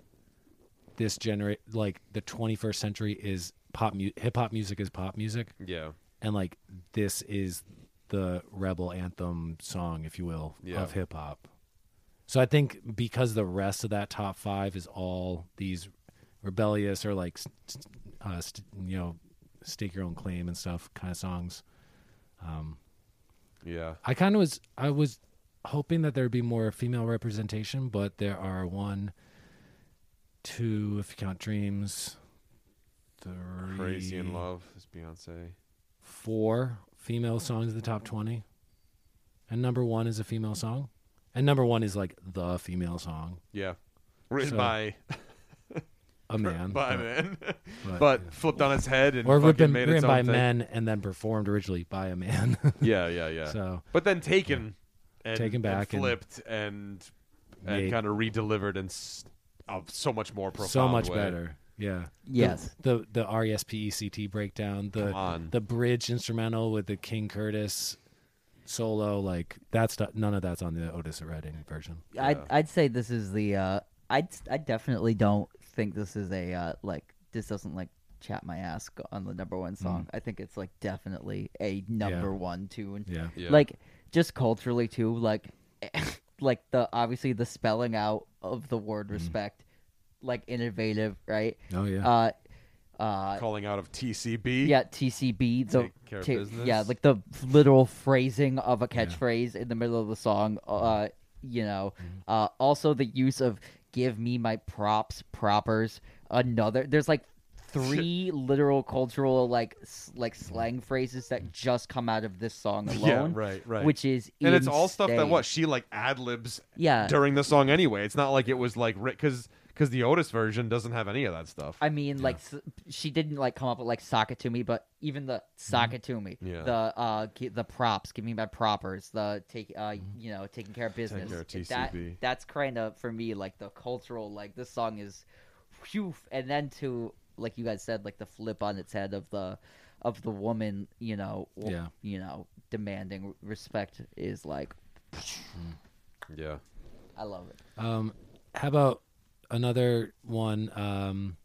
S3: this generate like the 21st century is pop mu- hip hop music is pop music.
S2: yeah
S3: and like this is the rebel anthem song if you will
S2: Yeah.
S3: of hip hop so i think because the rest of that top 5 is all these rebellious or like s- s- uh, st- you know stake your own claim and stuff kind of songs
S2: yeah
S3: i kind of was i was hoping that there'd be more female representation but there are one two if you count dreams three
S2: crazy in love is beyonce
S3: four female songs in the top 20 and number one is a female song and number one is like the female song
S2: yeah written
S3: So-
S2: by
S3: a man
S2: by
S3: but-
S2: men
S3: but-
S2: but flipped on its head and
S3: or
S2: fucking
S3: written,
S2: made
S3: written
S2: its own
S3: by
S2: thing.
S3: men and then performed originally by a man
S2: yeah yeah yeah
S3: so
S2: But then taken, and,
S3: Taken
S2: and
S3: back and-
S2: flipped, and and,
S3: Made-
S2: kind of redelivered in s- a so much more profound,
S3: so much
S2: way.
S3: better yeah
S4: Yes.
S3: the the, E the respect
S2: Come
S3: breakdown the
S2: on.
S3: the bridge instrumental with the king curtis solo like that's not none of that's on the otis redding version
S2: Yeah.
S4: I'd I'd say this is the uh I I definitely don't think this is a uh like this doesn't like chat my ass go- on the number one song.
S3: Mm.
S4: I think it's like definitely a number one tune.
S3: yeah
S2: Yeah.
S4: Like just culturally too, like like the obviously the spelling out of the word respect, like innovative, right?
S3: oh Mm. yeah
S4: Uh uh
S2: calling out of TCB.
S4: yeah, TCB. The,
S2: Take care of
S4: ta- Yeah,
S2: business.
S4: like the literal phrasing of a catchphrase in the middle of the song. Uh, you know,
S2: Mm-hmm.
S4: uh, also the use of "give me my props, propers." Another, there's like three literal cultural like s- like slang phrases that just come out of this song alone.
S2: Mm-hmm. Yeah, right, right.
S4: Which is
S2: and it's all stuff that
S4: insane. Uh,
S2: what she like ad libs
S4: Yeah.
S2: during the song anyway. It's not like it was like because because the Otis version doesn't have any of that stuff.
S4: I mean, like s- she didn't like come up with like sock it to me, but even the sock it to me,
S2: Yeah.
S4: the uh, gi- the props, give me my propers, the take, uh, you know, taking care of business.
S2: care of
S4: It- that-
S2: TCB.
S4: that's kind of for me like the cultural like this song is, phew, and then to like you guys said like the flip on its head of the, of the woman, you know, w-
S3: Yeah.
S4: you know, demanding respect is like,
S2: yeah,
S4: I love it.
S3: Um, how about another one? Um,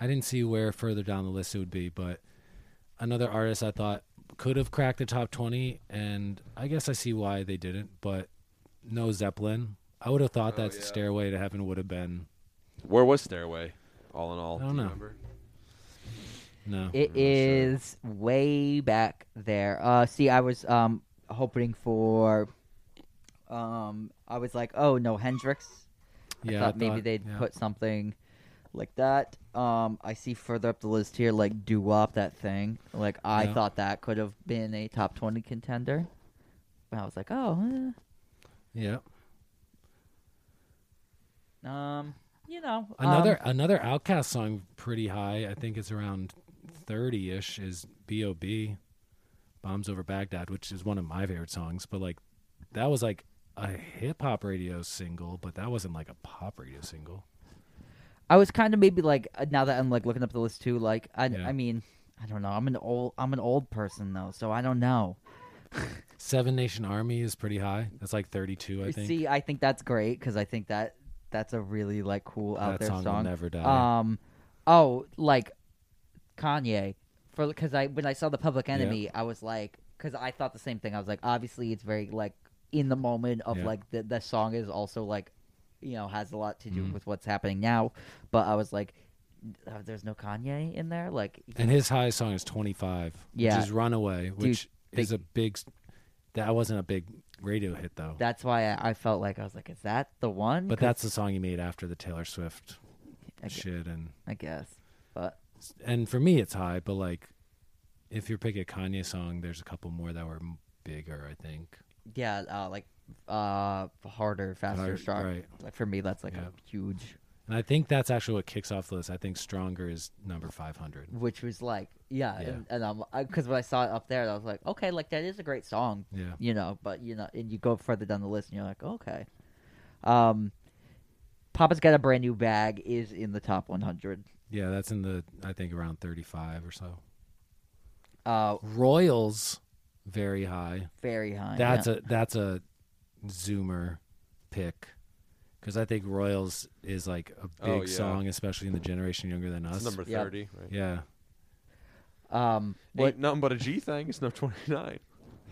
S3: I didn't see where further down the list it would be, but another artist I thought could have cracked the top 20, and I guess I see why they didn't, but no Zeppelin. I would have thought that
S2: yeah.
S3: Stairway to Heaven would have been
S2: where was Stairway? All in all,
S3: I don't
S2: do you
S3: know.
S2: remember?
S3: no.
S4: It is way back there. Uh, see, I was um hoping for, um, I was like, oh no, Hendrix.
S3: yeah,
S4: I thought maybe they'd
S3: yeah.
S4: put something like that. Um, I see further up the list here, like doo wop that thing. Like I
S3: Yeah.
S4: thought that could have been a top twenty contender. And I was like, oh,
S3: yeah.
S4: eh. um, you know, um,
S3: Another another Outcast song pretty high. I think it's around 30 ish is B.O.B. Bombs Over Baghdad, which is one of my favorite songs. But like that was like a hip hop radio single, but that wasn't like a pop radio single.
S4: I was kind of maybe like uh, now that I'm like looking up the list too. Like I,
S3: Yeah.
S4: I mean, I don't know. I'm an old, I'm an old person though, so I don't know.
S3: Seven Nation Army is pretty high. That's like 32, I
S4: You
S3: think.
S4: See, I think that's great because I think that that's a really like cool out
S3: that
S4: there
S3: song,
S4: song.
S3: will never die.
S4: Um, oh, like Kanye for because I when I saw the Public Enemy, I was like, because I thought the same thing. I was like, obviously it's very like in the moment of
S3: Yeah.
S4: like the the song is also like, you know, has a lot to do
S3: Mm-hmm.
S4: with what's happening now. But I was like, uh, there's no Kanye in there, like.
S3: and his highest song is 25,
S4: Yeah.
S3: which is Runaway, which
S4: they-
S3: is a big. s- That wasn't a big radio hit though.
S4: that's why I, I felt like I was like, is that the one?
S3: but
S4: 'Cause
S3: that's the song he made after the Taylor Swift
S4: I gu-
S3: shit and
S4: I guess. But
S3: and for me it's high but like if you're picking a kanye song there's a couple more that were m- bigger i think
S4: Yeah, uh, like uh, harder, faster,
S3: Hard-
S4: stronger.
S3: right.
S4: Like for me, that's like
S3: Yeah.
S4: a huge,
S3: and i think that's actually what kicks off the list i think stronger is number 500
S4: which was like, yeah,
S3: Yeah.
S4: and, and I'm because when I saw it up there, I was like, okay, like that is a great song,
S3: yeah
S4: you know. But you know, and you go further down the list, and you're like, okay, um, Papa's got a brand new bag is in the top 100.
S3: yeah that's in the i think around 35 or so
S4: Uh,
S3: royals very high
S4: very high.
S3: that's
S4: Oh, yeah.
S3: a that's a zoomer pick because i think royals is like a
S2: Oh,
S3: big
S2: yeah.
S3: song especially in the generation younger than us
S2: It's number
S4: Yep.
S2: thirty. Right?
S3: yeah
S4: um. What
S2: Ain't nothing but a G thing. It's number twenty-nine.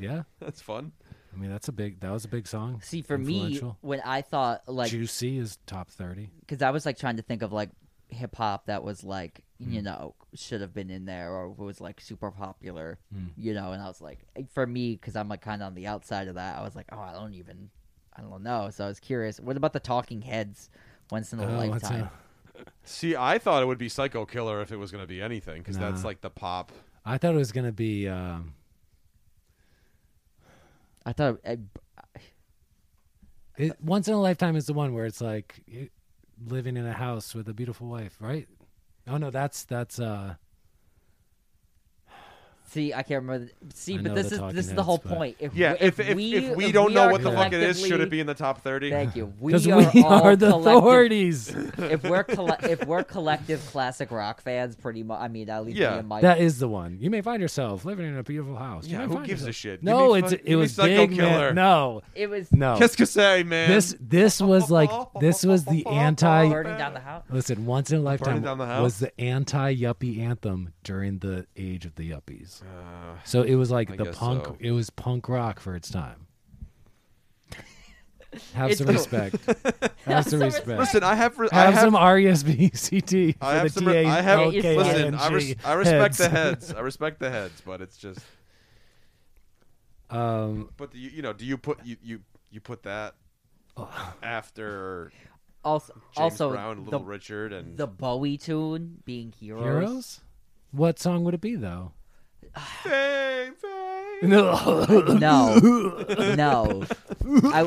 S3: yeah
S2: That's fun.
S3: i mean that's a big that was a big song
S4: see for me
S3: Influential.
S4: when I thought like
S3: Juicy is top 30.
S4: because I was like trying to think of like hip hop that was like
S3: Mm.
S4: you know should have been in there or was like super popular,
S3: Mm.
S4: you know. And I was like, eh, for me, because I'm like kind of on the outside of that, I was like, oh, I don't even, I don't know. So I was curious. What about the Talking Heads? Once in a
S3: Oh, what's
S4: lifetime.
S3: that?
S2: See, I thought it would be Psycho Killer if it was going to be anything because that's
S3: Nah.
S2: like the pop.
S3: I thought it was going to be um,
S4: I thought eh, I,
S3: it, Once in a Lifetime is the one where it's like you- living in a house with a beautiful wife, right? Oh no, that's that's uh
S4: see. I can't remember. the- See,
S3: I
S4: but
S3: know
S4: this
S3: the
S4: is
S3: Talking
S4: this is the
S3: Heads,
S4: whole
S3: but-
S4: point. If
S2: Yeah,
S4: we,
S2: if if, we, if we don't know
S4: are
S2: what the fuck it is, should it
S4: collectively-
S2: be in the top thirty?
S4: Thank you. We
S3: because we
S4: are,
S3: are,
S4: all
S3: the
S4: collective-
S3: authorities.
S4: If we're colle- if we're collective classic rock fans, pretty much. I mean, at least
S2: Yeah.
S4: me and Mike.
S3: that is the one. You may find yourself living in a beautiful house. You
S2: Yeah,
S3: may
S2: who
S3: find
S2: gives a
S3: yourself-
S2: shit? Give
S3: No,
S2: me
S3: it's
S2: fuck-
S3: it
S2: give me
S3: was
S2: Psycho
S3: big
S2: Killer.
S3: man. No,
S4: it was
S3: no.
S2: Kiss Kasey, man.
S3: this this was like this was the anti
S4: burning down the house.
S3: Listen, once in a lifetime
S2: down the house?
S3: was the anti yuppie anthem during the age of the yuppies.
S2: Uh,
S3: so it was like
S2: I
S3: the
S2: guess
S3: punk.
S2: so.
S3: It was punk rock for its time. Have
S4: It's
S3: some
S4: cool.
S3: respect. Have some respect.
S2: Listen, I have re- I
S3: Have
S2: have
S3: some E RESPCT for
S2: I have
S3: the
S2: some re- I have
S4: Yeah,
S3: TALKING
S2: listen. I, res- I respect the heads. I respect the heads, but it's just.
S3: Um,
S2: But do you, you know, do you put you you you put that after
S4: Also,
S2: James
S4: also
S2: Brown,
S4: the,
S2: Little Richard, and
S4: the Bowie tune being heroes.
S3: heroes. What song would it be though?
S2: Fame, fame.
S3: No.
S4: No, no. I,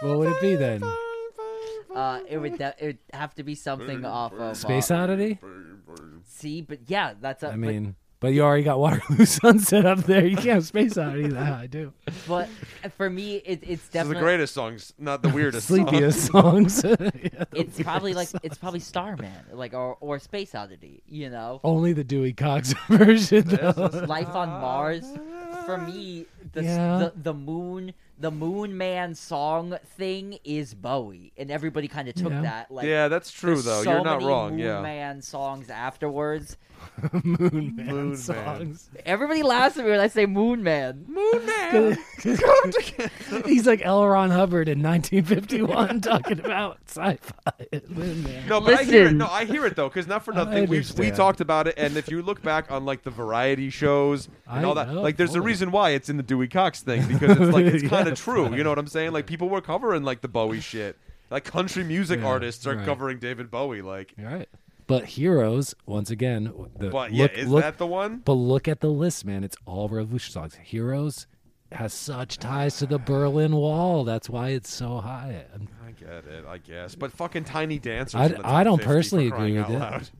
S3: What would it be then?
S4: Uh, it would de- it would have to be something off of
S3: Space
S4: uh,
S3: Oddity?
S4: See, but yeah, that's a,
S3: I mean, but you already got Waterloo Sunset up there. You can't have Space Oddity. That I do.
S4: but, but for me, it, it's
S2: This is the
S4: definitely
S2: greatest song, s- not the weirdest. song.
S3: Sleepiest songs. Yeah.
S4: It's probably like it's probably Starman, like or or Space Oddity, you know.
S3: Only the Dewey Cox version. though.
S4: Life on Mars. For me, the, s-
S3: Yeah.
S4: the the moon the Moon Man song thing is Bowie, and everybody kind of took
S3: Yeah.
S4: that. Like,
S2: Yeah, that's true
S4: there's
S2: though.
S4: So
S2: You're not
S4: many
S2: wrong.
S4: Moon
S2: Yeah.
S4: Man songs afterwards.
S3: Moon Man
S2: Moon Man.
S3: songs.
S4: Everybody laughs at me when I say Moon Man.
S2: Moon Man.
S3: He's like L. Ron Hubbard in 1951 talking about sci-fi. and Moon Man.
S2: No, but I hear it.
S4: Listen.
S2: No, I hear it though, because not for
S3: I
S2: nothing. We we
S3: understand.
S2: talked about it, and if you look back on like the variety shows and
S3: I
S2: all that,
S3: know,
S2: like there's a
S3: totally.
S2: reason why it's in the Dewey Cox thing because it's like it's kind of
S3: Yes.
S2: true. You know what I'm saying? Like people were covering like the Bowie shit. Like country music
S3: Yeah,
S2: artists are
S3: right.
S2: covering David Bowie. Like,
S3: All right. But Heroes, once again, the
S2: but
S3: look,
S2: yeah, is
S3: look,
S2: that the one?
S3: but look at the list, man. It's all revolution songs. Heroes has such ties to the Berlin Wall. That's why it's so high. I'm-
S2: I get it, I guess. But fucking Tiny Dancer.
S3: I- I don't personally agree with it.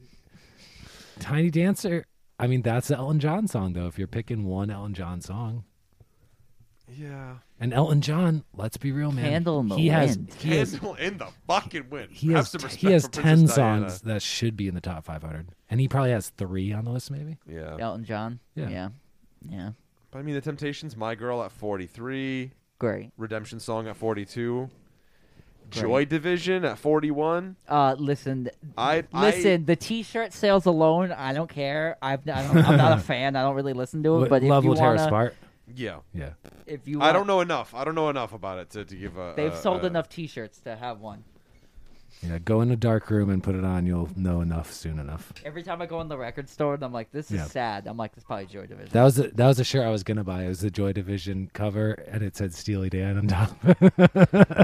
S3: Tiny Dancer. I mean, that's the Elton John song, though. If you're picking one Elton John song,
S2: Yeah.
S3: and Elton John, let's be real, man,
S4: Candle in the
S3: he has
S4: Wind.
S3: he has
S2: Handle in the fucking wind.
S3: he
S2: Have
S3: has
S2: some
S3: t-
S2: respect
S3: he has
S2: for
S3: ten
S2: Princess Diana.
S3: songs that should be in the top 500, and he probably has three on the list, maybe.
S2: Yeah.
S4: Elton John.
S3: Yeah.
S4: yeah, yeah.
S2: But I mean, The Temptations, My Girl at 43,
S4: great.
S2: Redemption Song at 42, Joy
S4: Right.
S2: Division at 41.
S4: Uh, listen,
S2: I
S4: listen. the T-shirt sales alone, I don't care. I've, I don't, I'm not a fan. I don't really listen to it.
S3: What-
S4: But if
S3: Love
S4: you
S3: with
S4: wanna,
S3: Harris Bart.
S2: I, yeah.
S3: Yeah.
S4: if you,
S2: I
S4: want-
S2: don't know uh, enough. I don't know enough about it to, to give a.
S4: They've
S2: a-
S4: sold
S2: a-
S4: enough T-shirts to have one.
S3: Yeah, go in a dark room and put it on. You'll know enough soon enough.
S4: Every time I go in the record store and I'm like, this is
S3: Yeah.
S4: sad. I'm like, this is probably Joy Division.
S3: That was a, that was a shirt I was gonna buy. It was the Joy Division cover, and it said Steely Dan on top.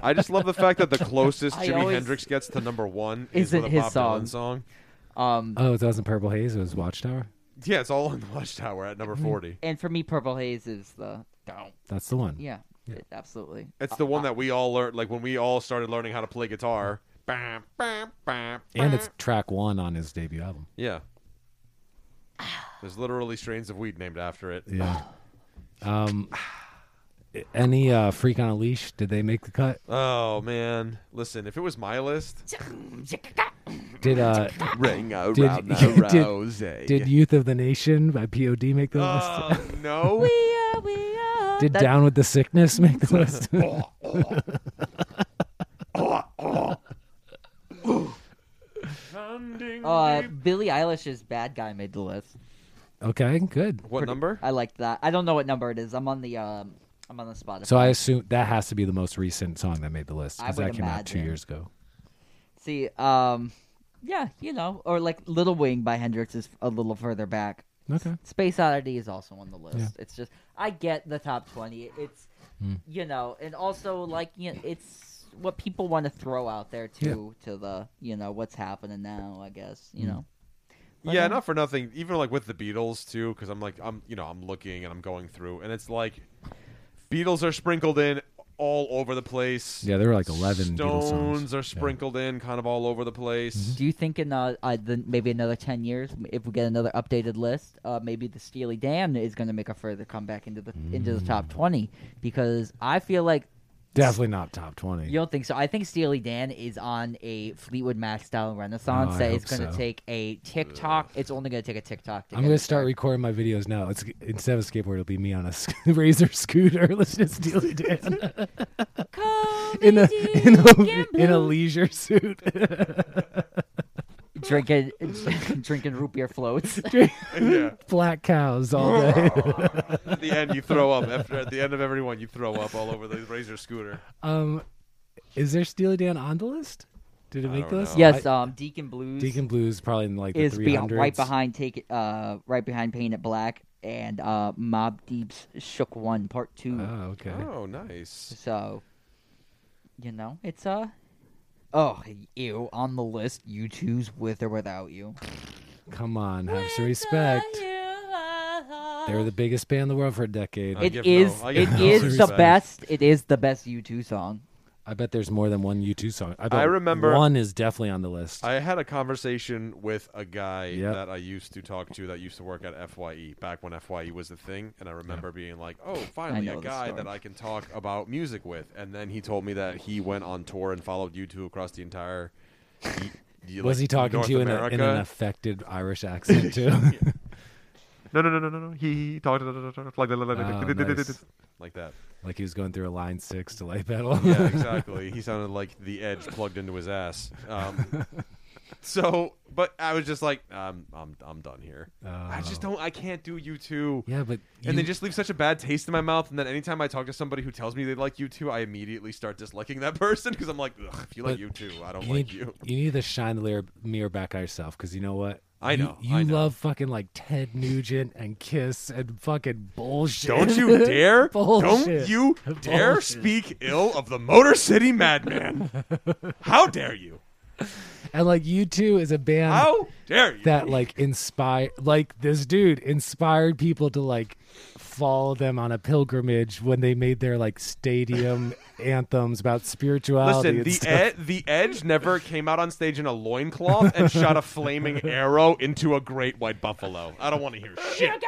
S2: I just love the fact that the closest
S4: I
S2: Jimi
S4: always-
S2: Hendrix gets to number one is
S4: Isn't
S2: with a
S4: his
S2: Bob
S4: song.
S2: Dylan song.
S4: um,
S3: oh, it wasn't Purple Haze. It was Watchtower.
S2: Yeah, it's all on the Watchtower at
S4: Mm-hmm.
S2: number 40.
S4: and for me, Purple Haze is the don't.
S3: That's the one.
S4: Yeah, it- absolutely.
S2: It's the one that we all learned, like when we all started learning how to play guitar. Bam, bam, bam,
S3: And it's track one on his debut album.
S2: Yeah. There's literally strains of weed named after it.
S3: Yeah.
S4: Ah.
S3: um, any uh, Freak on a Leash? Did they make the cut?
S2: Oh man, listen, if it was my list,
S3: Did uh,
S2: ring around
S3: Did- did-
S2: rosé.
S3: did Youth of the Nation by POD make the list?
S2: Oh no.
S4: We are, we are.
S3: Did
S4: That-
S3: Down with the Sickness make the list?
S2: Oh.
S4: Uh, Billie Eilish's "Bad Guy" made the list.
S3: okay, good.
S2: what number?
S4: I liked that. I don't know what number it is. I'm on the um, I'm on the Spotify.
S3: So I assume that has to be the most recent song that made the list
S4: I
S3: because
S4: would
S3: that came out two
S4: imagine.
S3: years ago.
S4: See, um, yeah, you know, or like Little Wing by Hendrix is a little further back.
S3: Okay.
S4: Space Oddity is also on the list. It's just I get the top twenty. It's
S3: Hmm.
S4: you know, and also like you know, it's what people want to throw out there too to the you know what's happening now. I guess
S3: Hmm.
S4: you know. But,
S2: Yeah,
S4: uh,
S2: not for nothing. Even like with the Beatles too, because I'm like, I'm you know, I'm looking and I'm going through, and it's like, Beatles are sprinkled in all over the place.
S3: Yeah, there were like eleven Beatles
S2: Stones
S3: songs. Mm-hmm.
S2: are sprinkled in, kind of all over the place.
S4: Do you think in uh, uh, the, maybe another ten years, m- if we get another updated list, uh, maybe the Steely Dan is going to make a further comeback into the into the
S3: Mm.
S4: top twenty? Because I feel like
S3: Definitely not top twenty.
S4: You don't think so? I think Steely Dan is on a Fleetwood Mac style renaissance
S3: Oh, I
S4: that
S3: hope
S4: is going to
S3: so.
S4: take a TikTok. It's only going to take a TikTok. To
S3: I'm
S4: get
S3: gonna
S4: it
S3: start
S4: started.
S3: recording my videos now. It's instead of a skateboard, it'll be me on a sc- razor scooter listening to Steely Dan in a in a in a leisure suit.
S4: drinking drinking root beer floats.
S2: yeah.
S3: Black cows all day.
S2: At the end, you throw up. After at the end of every one, you throw up all over the Razor scooter.
S3: um, is there Steely Dan on the list? Did it
S2: I
S3: make the
S2: don't
S3: list?
S2: know.
S4: yes, um, Deacon Blues
S3: Deacon Blues probably in like the
S4: is
S3: three
S4: be- uh, right
S3: hundreds.
S4: behind take It- uh right behind Paint It Black and uh, Mob Deep's Shook One Part Two.
S3: Oh, okay.
S2: Oh, nice.
S4: So, you know, it's uh oh ew on the list. You choose with or without you.
S3: Come on, have some respect. They were the biggest band in the world for a decade.
S2: I
S4: It
S2: give
S4: is.
S2: no- I
S4: it
S2: give no
S4: is the
S2: respect.
S4: best. It is the best U two song.
S3: I bet there's more than one U2 song. I, bet
S2: I remember-
S3: one is definitely on the list.
S2: I had a conversation with a guy
S3: Yep.
S2: that I used to talk to that used to work at FYE back when FYE was a thing, and I remember being like, "Oh, finally
S4: know
S2: a
S4: this
S2: guy
S4: story.
S2: that I can talk about music with." And then he told me that he went on tour and followed you two across the entire. y- y-
S3: was
S2: like,
S3: he talking
S2: North
S3: to you in, a,
S2: America.
S3: in an affected Irish accent too?
S1: No, no, no, no, no, no. He, he talked like
S3: Oh, nice.
S2: like that?
S3: Like he was going through a line six delay pedal.
S2: Yeah, exactly. he sounded like the edge plugged into his ass. Um, so, but I was just like, um, I'm, I'm done here. I just don't. I can't do you two.
S3: Oh. Yeah, but
S2: And they
S3: you-
S2: just leave such a bad taste in my mouth. And then anytime I talk to somebody who tells me they like you two, I immediately start disliking that person because I'm like, Ugh, if you like
S3: But
S2: you two, I don't
S3: you
S2: like
S3: need,
S2: you.
S3: need to shine the lir- mirror back on yourself because you know what?
S2: I
S3: You-
S2: know,
S3: You,
S2: I know.
S3: love fucking like Ted Nugent and Kiss and fucking bullshit.
S2: Don't you dare!
S3: Bullshit.
S2: Don't you dare
S3: Bullshit.
S2: speak ill of the Motor City Madman! How dare you!
S3: And like you two is a band
S2: How dare you!
S3: that like inspire like this dude inspired people to like follow them on a pilgrimage when they made their like stadium anthems about spirituality.
S2: Listen,
S3: and
S2: the
S3: stuff.
S2: ed- the Edge never came out on stage in a loincloth and shot a flaming arrow into a great white buffalo. I don't want to hear shit.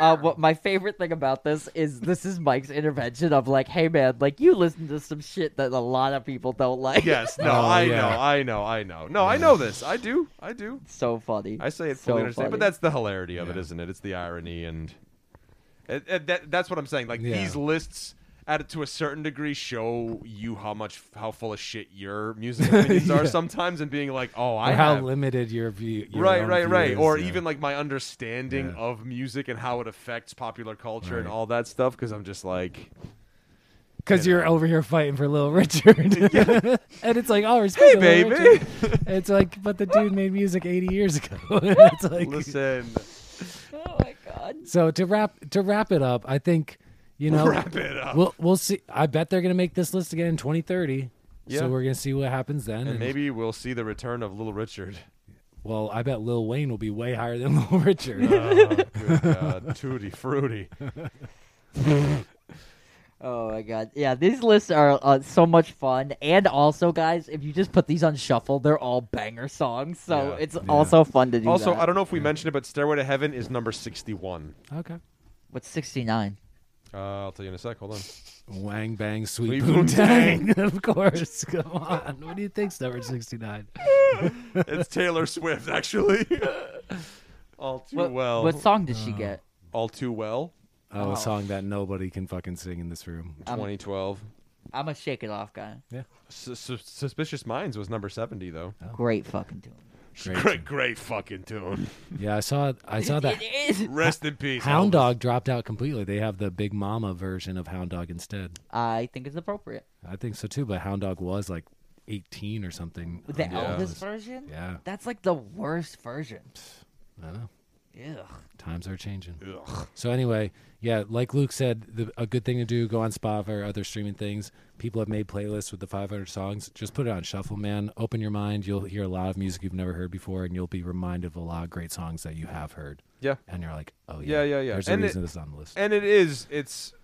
S4: Uh, what my favorite thing about this is this is Mike's intervention of like, hey man, like you listen to some shit that a lot of people don't like.
S2: Yes, no,
S3: Oh,
S2: I
S3: yeah.
S2: know, I know, I know. No, I know this. I do, I do.
S4: so funny.
S2: I say it
S4: so
S2: fully understand, but
S4: funny.
S2: that's the hilarity of it,
S3: Yeah.
S2: isn't it? It's the irony, and and- and that, that's what I'm saying. Like
S3: Yeah.
S2: these lists, at to a certain degree, show you how much how full of shit your music opinions are sometimes, and being like, oh, I
S3: or how
S2: have-
S3: limited your view. your
S2: right,
S3: own
S2: right,
S3: view
S2: right,
S3: is,
S2: or
S3: yeah.
S2: even like my understanding
S3: Yeah.
S2: of music and how it affects popular culture and
S3: Right.
S2: all that stuff. Because I'm just like,
S3: Because you're over here fighting for Little Richard. and it's like, oh, respect
S2: hey,
S3: to
S2: baby,
S3: Little Richard. And it's like, but the dude made music 80 years ago. it's like,
S2: listen,
S4: Oh my god.
S3: so to wrap to wrap it up, I think, you know,
S2: wrap it up.
S3: we'll we'll see. I bet they're gonna make this list again in 2030.
S2: Yeah.
S3: So we're gonna see what happens then.
S2: and maybe we'll see the return of Little Richard.
S3: well, I bet Lil Wayne will be way higher than Little Richard.
S2: Oh, good God, tutti frutti.
S4: Oh my god. Yeah, these lists are uh, so much fun. And also, guys, if you just put these on shuffle, they're all banger songs. So
S2: Yeah.
S4: it's also fun to do.
S2: Also,
S4: that.
S2: I don't know if we mentioned it, but Stairway to Heaven is number 61.
S3: okay.
S4: What's sixty nine?
S2: Uh, I'll tell you in a sec. Hold on.
S3: Wang bang sweet
S2: Sweet
S3: boom
S2: boom
S3: tang. of course. Come on. What do you think's number 69?
S2: it's Taylor Swift, actually. All too
S4: What,
S2: well.
S4: what song does
S3: uh,
S4: she get?
S2: All too well.
S3: Oh,
S4: Oh.
S3: a song that nobody can fucking sing in this room.
S4: Um,
S2: 2012.
S4: I'm a shake it off guy.
S3: Yeah.
S2: Sus- sus- Suspicious Minds was number 70, though.
S3: Oh.
S4: Great fucking tune.
S3: Great
S2: Great, great fucking tune.
S3: Yeah, I saw I saw that
S4: It is.
S2: Rest in peace.
S3: Hound
S2: Elvis.
S3: Dog dropped out completely. They have the Big Mama version of Hound Dog instead.
S4: I think it's appropriate.
S3: I think so too, but Hound Dog was like 18 or something. Um,
S4: The
S3: on
S2: Yeah.
S4: Elvis
S3: list.
S4: version?
S3: Yeah.
S4: That's like the worst version.
S3: I know.
S4: Ugh.
S3: Times are changing.
S2: Ugh.
S3: So anyway, yeah, like Luke said, the, a good thing to do go on Spotify or other streaming things. People have made playlists with the 500 songs. Just put it on shuffle, man. Open your mind. You'll hear a lot of music you've never heard before, and you'll be reminded of a lot of great songs that you have heard.
S2: Yeah.
S3: And you're like, oh yeah,
S2: Yeah, yeah, yeah.
S3: There's
S2: And
S3: a
S2: it-
S3: reason this is on the list.
S2: And it is. It's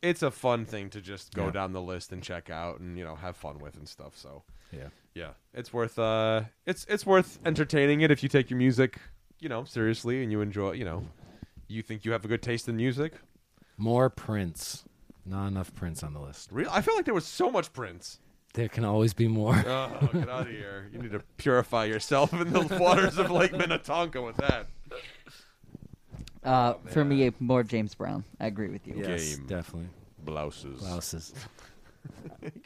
S2: it's a fun thing to just go
S3: Yeah.
S2: down the list and check out and, you know, have fun with and stuff. So.
S3: yeah.
S2: yeah it's worth uh it's it's worth entertaining it if you take your music you know seriously and you enjoy you know you think you have a good taste in music
S3: More Prince. Not enough Prince on the list.
S2: Real, i feel like there was so much prince
S3: There can always be more.
S2: oh get out of here you need to purify yourself in the waters of lake minnetonka with that
S3: Oh,
S4: Uh, for me, more James Brown. I agree with you.
S2: Yes. Game.
S3: definitely.
S2: blouses
S3: Blouses.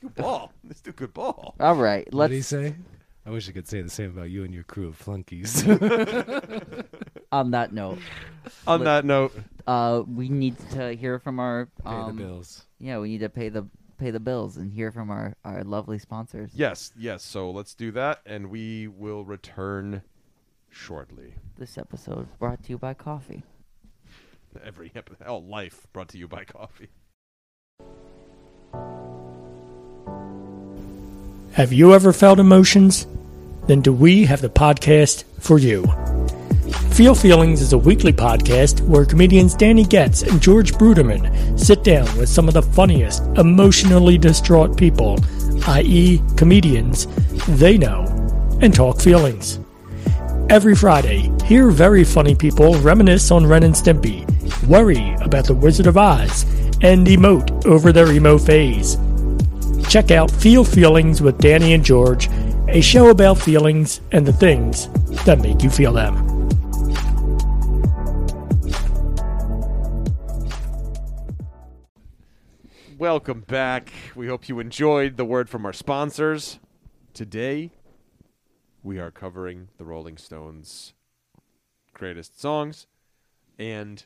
S2: good ball this dude good ball
S4: All right,
S3: What do you
S4: let's
S3: say? I wish I could say the same about you and your crew of flunkies.
S4: on that note.
S2: on that note
S4: Uh, we need to hear from our
S3: Pay the
S4: um,
S3: bills.
S4: Yeah, we need to pay the pay the bills and hear from our our lovely sponsors.
S2: yes yes so let's do that and we will return shortly
S4: This episode brought to you by coffee.
S2: every ep- oh life brought to you by coffee
S5: Have you ever felt emotions? Then do we have the podcast for you? Feel Feelings is a weekly podcast where comedians Danny Getz and George Bruderman sit down with some of the funniest, emotionally distraught people, i.e., comedians, they know, and talk feelings. Every Friday, hear very funny people reminisce on Ren and Stimpy, worry about The Wizard of Oz, and emote over their emo phase. Check out Feel Feelings with Danny and George, a show about feelings and the things that make you feel them.
S2: Welcome back. We hope you enjoyed the word from our sponsors. Today, we are covering the Rolling Stones' greatest songs, and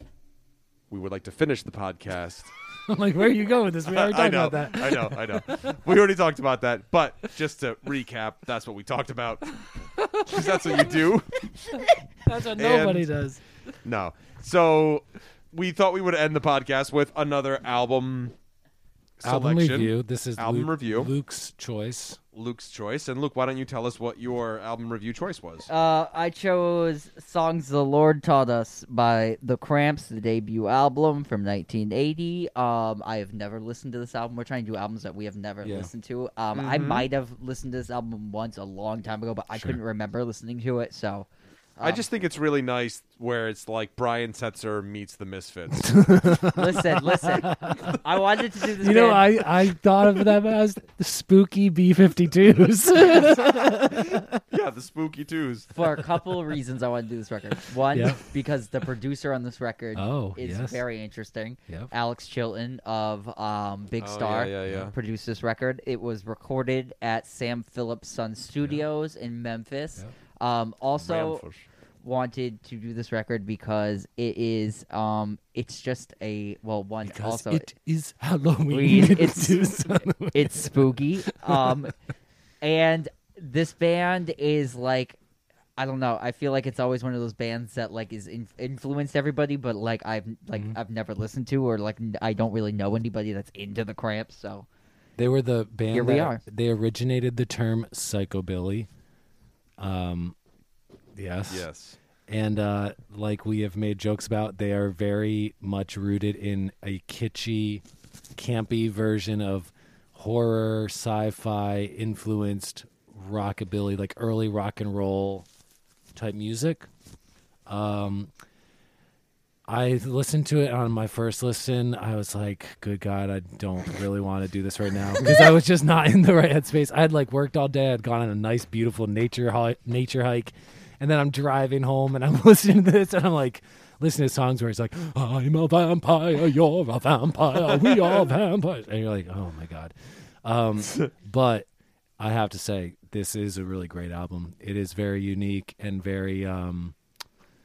S2: we would like to finish the podcast.
S5: I'm like, where are you going with this? We already
S2: I
S5: talked
S2: know,
S5: about that.
S2: I know, I know. We already talked about that, but just to recap, that's what we talked about. 'Cause that's what you do.
S5: That's what nobody
S2: And-
S5: does.
S2: No. So we thought we would end the podcast with another album
S3: Album
S2: selection.
S3: review. This is
S2: Album
S3: Luke-
S2: review.
S3: Luke's choice.
S2: Luke's choice. And Luke, why don't you tell us what your album review choice was?
S4: Uh, I chose "Songs the Lord Taught Us" by The Cramps, the debut album from 1980. Um, I have never listened to this album. We're trying to do albums that we have never
S3: Yeah.
S4: listened to. Um, I might have listened to this album once a long time ago, but I couldn't remember listening to it. So,
S2: I just think it's really nice where it's like Brian Setzer meets the Misfits.
S4: listen, listen. I wanted to do this.
S5: You know,
S4: band-
S5: I, I thought of them as the spooky B-52s.
S2: yeah, the Spooky Twos.
S4: for a couple of reasons I want to do this record. One,
S3: Yeah.
S4: because the producer on this record
S3: Oh,
S4: is
S3: yes.
S4: very interesting.
S3: Yep.
S4: Alex Chilton of um, Big
S2: Oh,
S4: Star
S2: yeah, yeah, yeah.
S4: produced this record. It was recorded at Sam Phillips Sun Studios in Memphis. Um, also,
S2: Memphis.
S4: wanted to do this record because it is um, it's just a well one also
S5: is
S4: Ween.
S5: Halloween.
S4: It's- it's spooky. Um, and this band is like, I don't know. I feel like it's always one of those bands that like is in- influenced everybody, but like I've like
S3: Mm-hmm.
S4: I've never listened to or like n- I don't really know anybody that's into the Cramps. So
S3: They were the band.
S4: Here we
S3: that-
S4: are.
S3: They originated the term psychobilly. Um, yes.
S2: Yes.
S3: And uh, like we have made jokes about, they are very much rooted in a kitschy, campy version of horror, sci-fi influenced rockabilly, like early rock and roll type music. I listened to it on my first listen. I was like, "Good God, I don't really want to do this right now" because I was just not in the right headspace. I had like worked all day. I'd gone on a nice, beautiful nature hi- nature hike, and then I'm driving home and I'm listening to this, and I'm like, listening to songs where it's like, "I'm a vampire, you're a vampire, we are vampires," and you're like, "Oh my God." Um, but I have to say, this is a really great album. It is very unique and very. Um,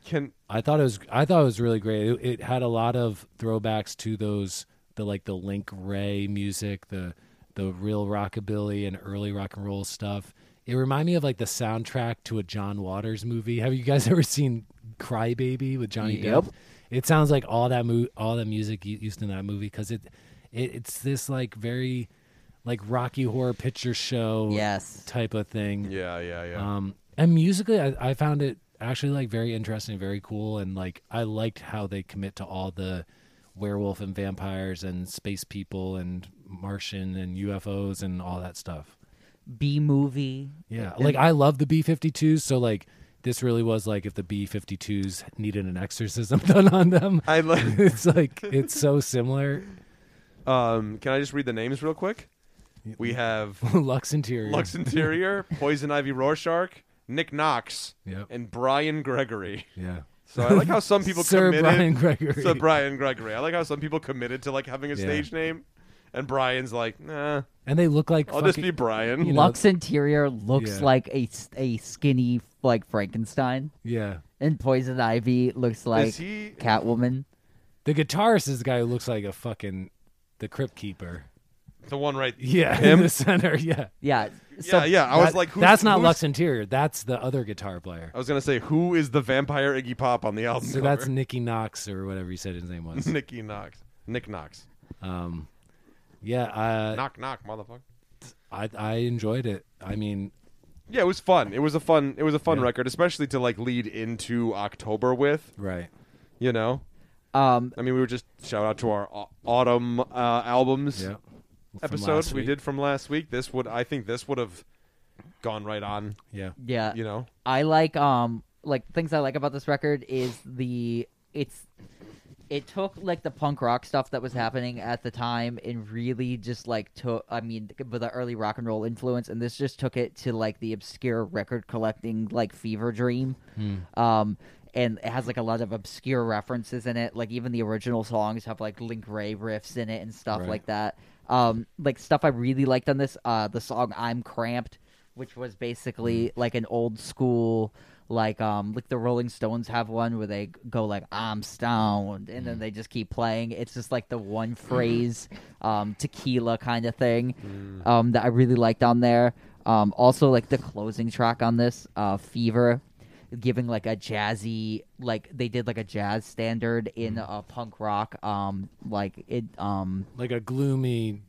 S2: Can
S3: I thought it was I thought it was really great. It, it had a lot of throwbacks to those the like the Link Ray music, the the real rockabilly and early rock and roll stuff. It reminded me of like the soundtrack to a John Waters movie. Have you guys ever seen Cry Baby with Johnny
S4: Yep.
S3: Depp? It sounds like all that mo- all that music u- used in that movie because it, it it's this like very like Rocky Horror Picture Show
S4: yes,
S3: type of thing.
S2: Yeah, yeah, yeah.
S3: Um, and musically, I, I found it actually like very interesting, very cool, and like I liked how they commit to all the werewolf and vampires and space people and Martian and UFOs and all that stuff.
S4: B movie.
S3: Yeah, like I love the B 52s, so like this really was like if the B 52s needed an exorcism done on them.
S2: I like
S3: it's like it's so similar.
S2: um can I just read the names real quick? We have
S3: Lux interior.
S2: Lux Interior, Poison Ivy Rorschach, Nick Knox,
S3: Yep.
S2: and Brian Gregory.
S3: Yeah.
S2: So I like how some people
S3: Sir
S2: committed
S3: Brian Gregory.
S2: Sir Brian Gregory. I like how some people committed to like having a
S3: Yeah.
S2: stage name and Brian's like, "Nah,
S3: And they look like
S2: I'll just
S3: fucking-
S2: be Brian."
S3: you know-
S4: Lux Interior looks
S3: Yeah.
S4: like a s- a skinny like Frankenstein,
S3: yeah.
S4: and Poison Ivy looks like
S2: Is he
S4: Catwoman.
S3: The guitarist is the guy who looks like a fucking the crypt keeper.
S2: the one right?
S3: Yeah,
S2: Him?
S3: in the center. Yeah,
S4: Yeah. So
S2: Yeah, yeah. I was
S3: That-
S2: like, who's,
S3: that's not
S2: who's- Oh,
S3: Lux Interior. That's the other guitar player.
S2: I was gonna say, who is the vampire Iggy Pop on the album?
S3: So
S2: cover?
S3: that's Nicky Knox or whatever you said his name was.
S2: Nicky Knox. Nick Knox.
S3: um, yeah, uh, I,
S2: Knock knock, motherfucker.
S3: I I enjoyed it. I mean,
S2: Yeah, it was fun. It was a fun. It was a fun record, especially to like lead into October with.
S3: Right.
S2: You know,
S4: Um,
S2: I mean, we were just shout out to our au- autumn uh, albums
S3: Yeah. From
S2: episode
S3: last
S2: we
S3: week.
S2: did from last week. This would, I think, this would have gone right on.
S3: Yeah.
S4: yeah,
S2: You know,
S4: I like um like things I like about this record is the it's it took like the punk rock stuff that was happening at the time and really just like took I mean with the early rock and roll influence and this just took it to like the obscure record collecting like fever dream. Um and it has like a lot of obscure references in it. Like even the original songs have like Link Ray riffs in it and stuff
S3: Right.
S4: like that. Um like stuff I really liked on this uh the song I'm Cramped which was basically like an old school like um like the rolling stones have one where they go like i'm stoned and then they just keep playing it's just like the one phrase um tequila kind of thing um that i really liked on there um also like the closing track on this uh fever giving like a jazzy like they did like a jazz standard in a uh, punk rock um like it um
S3: Like a gloomy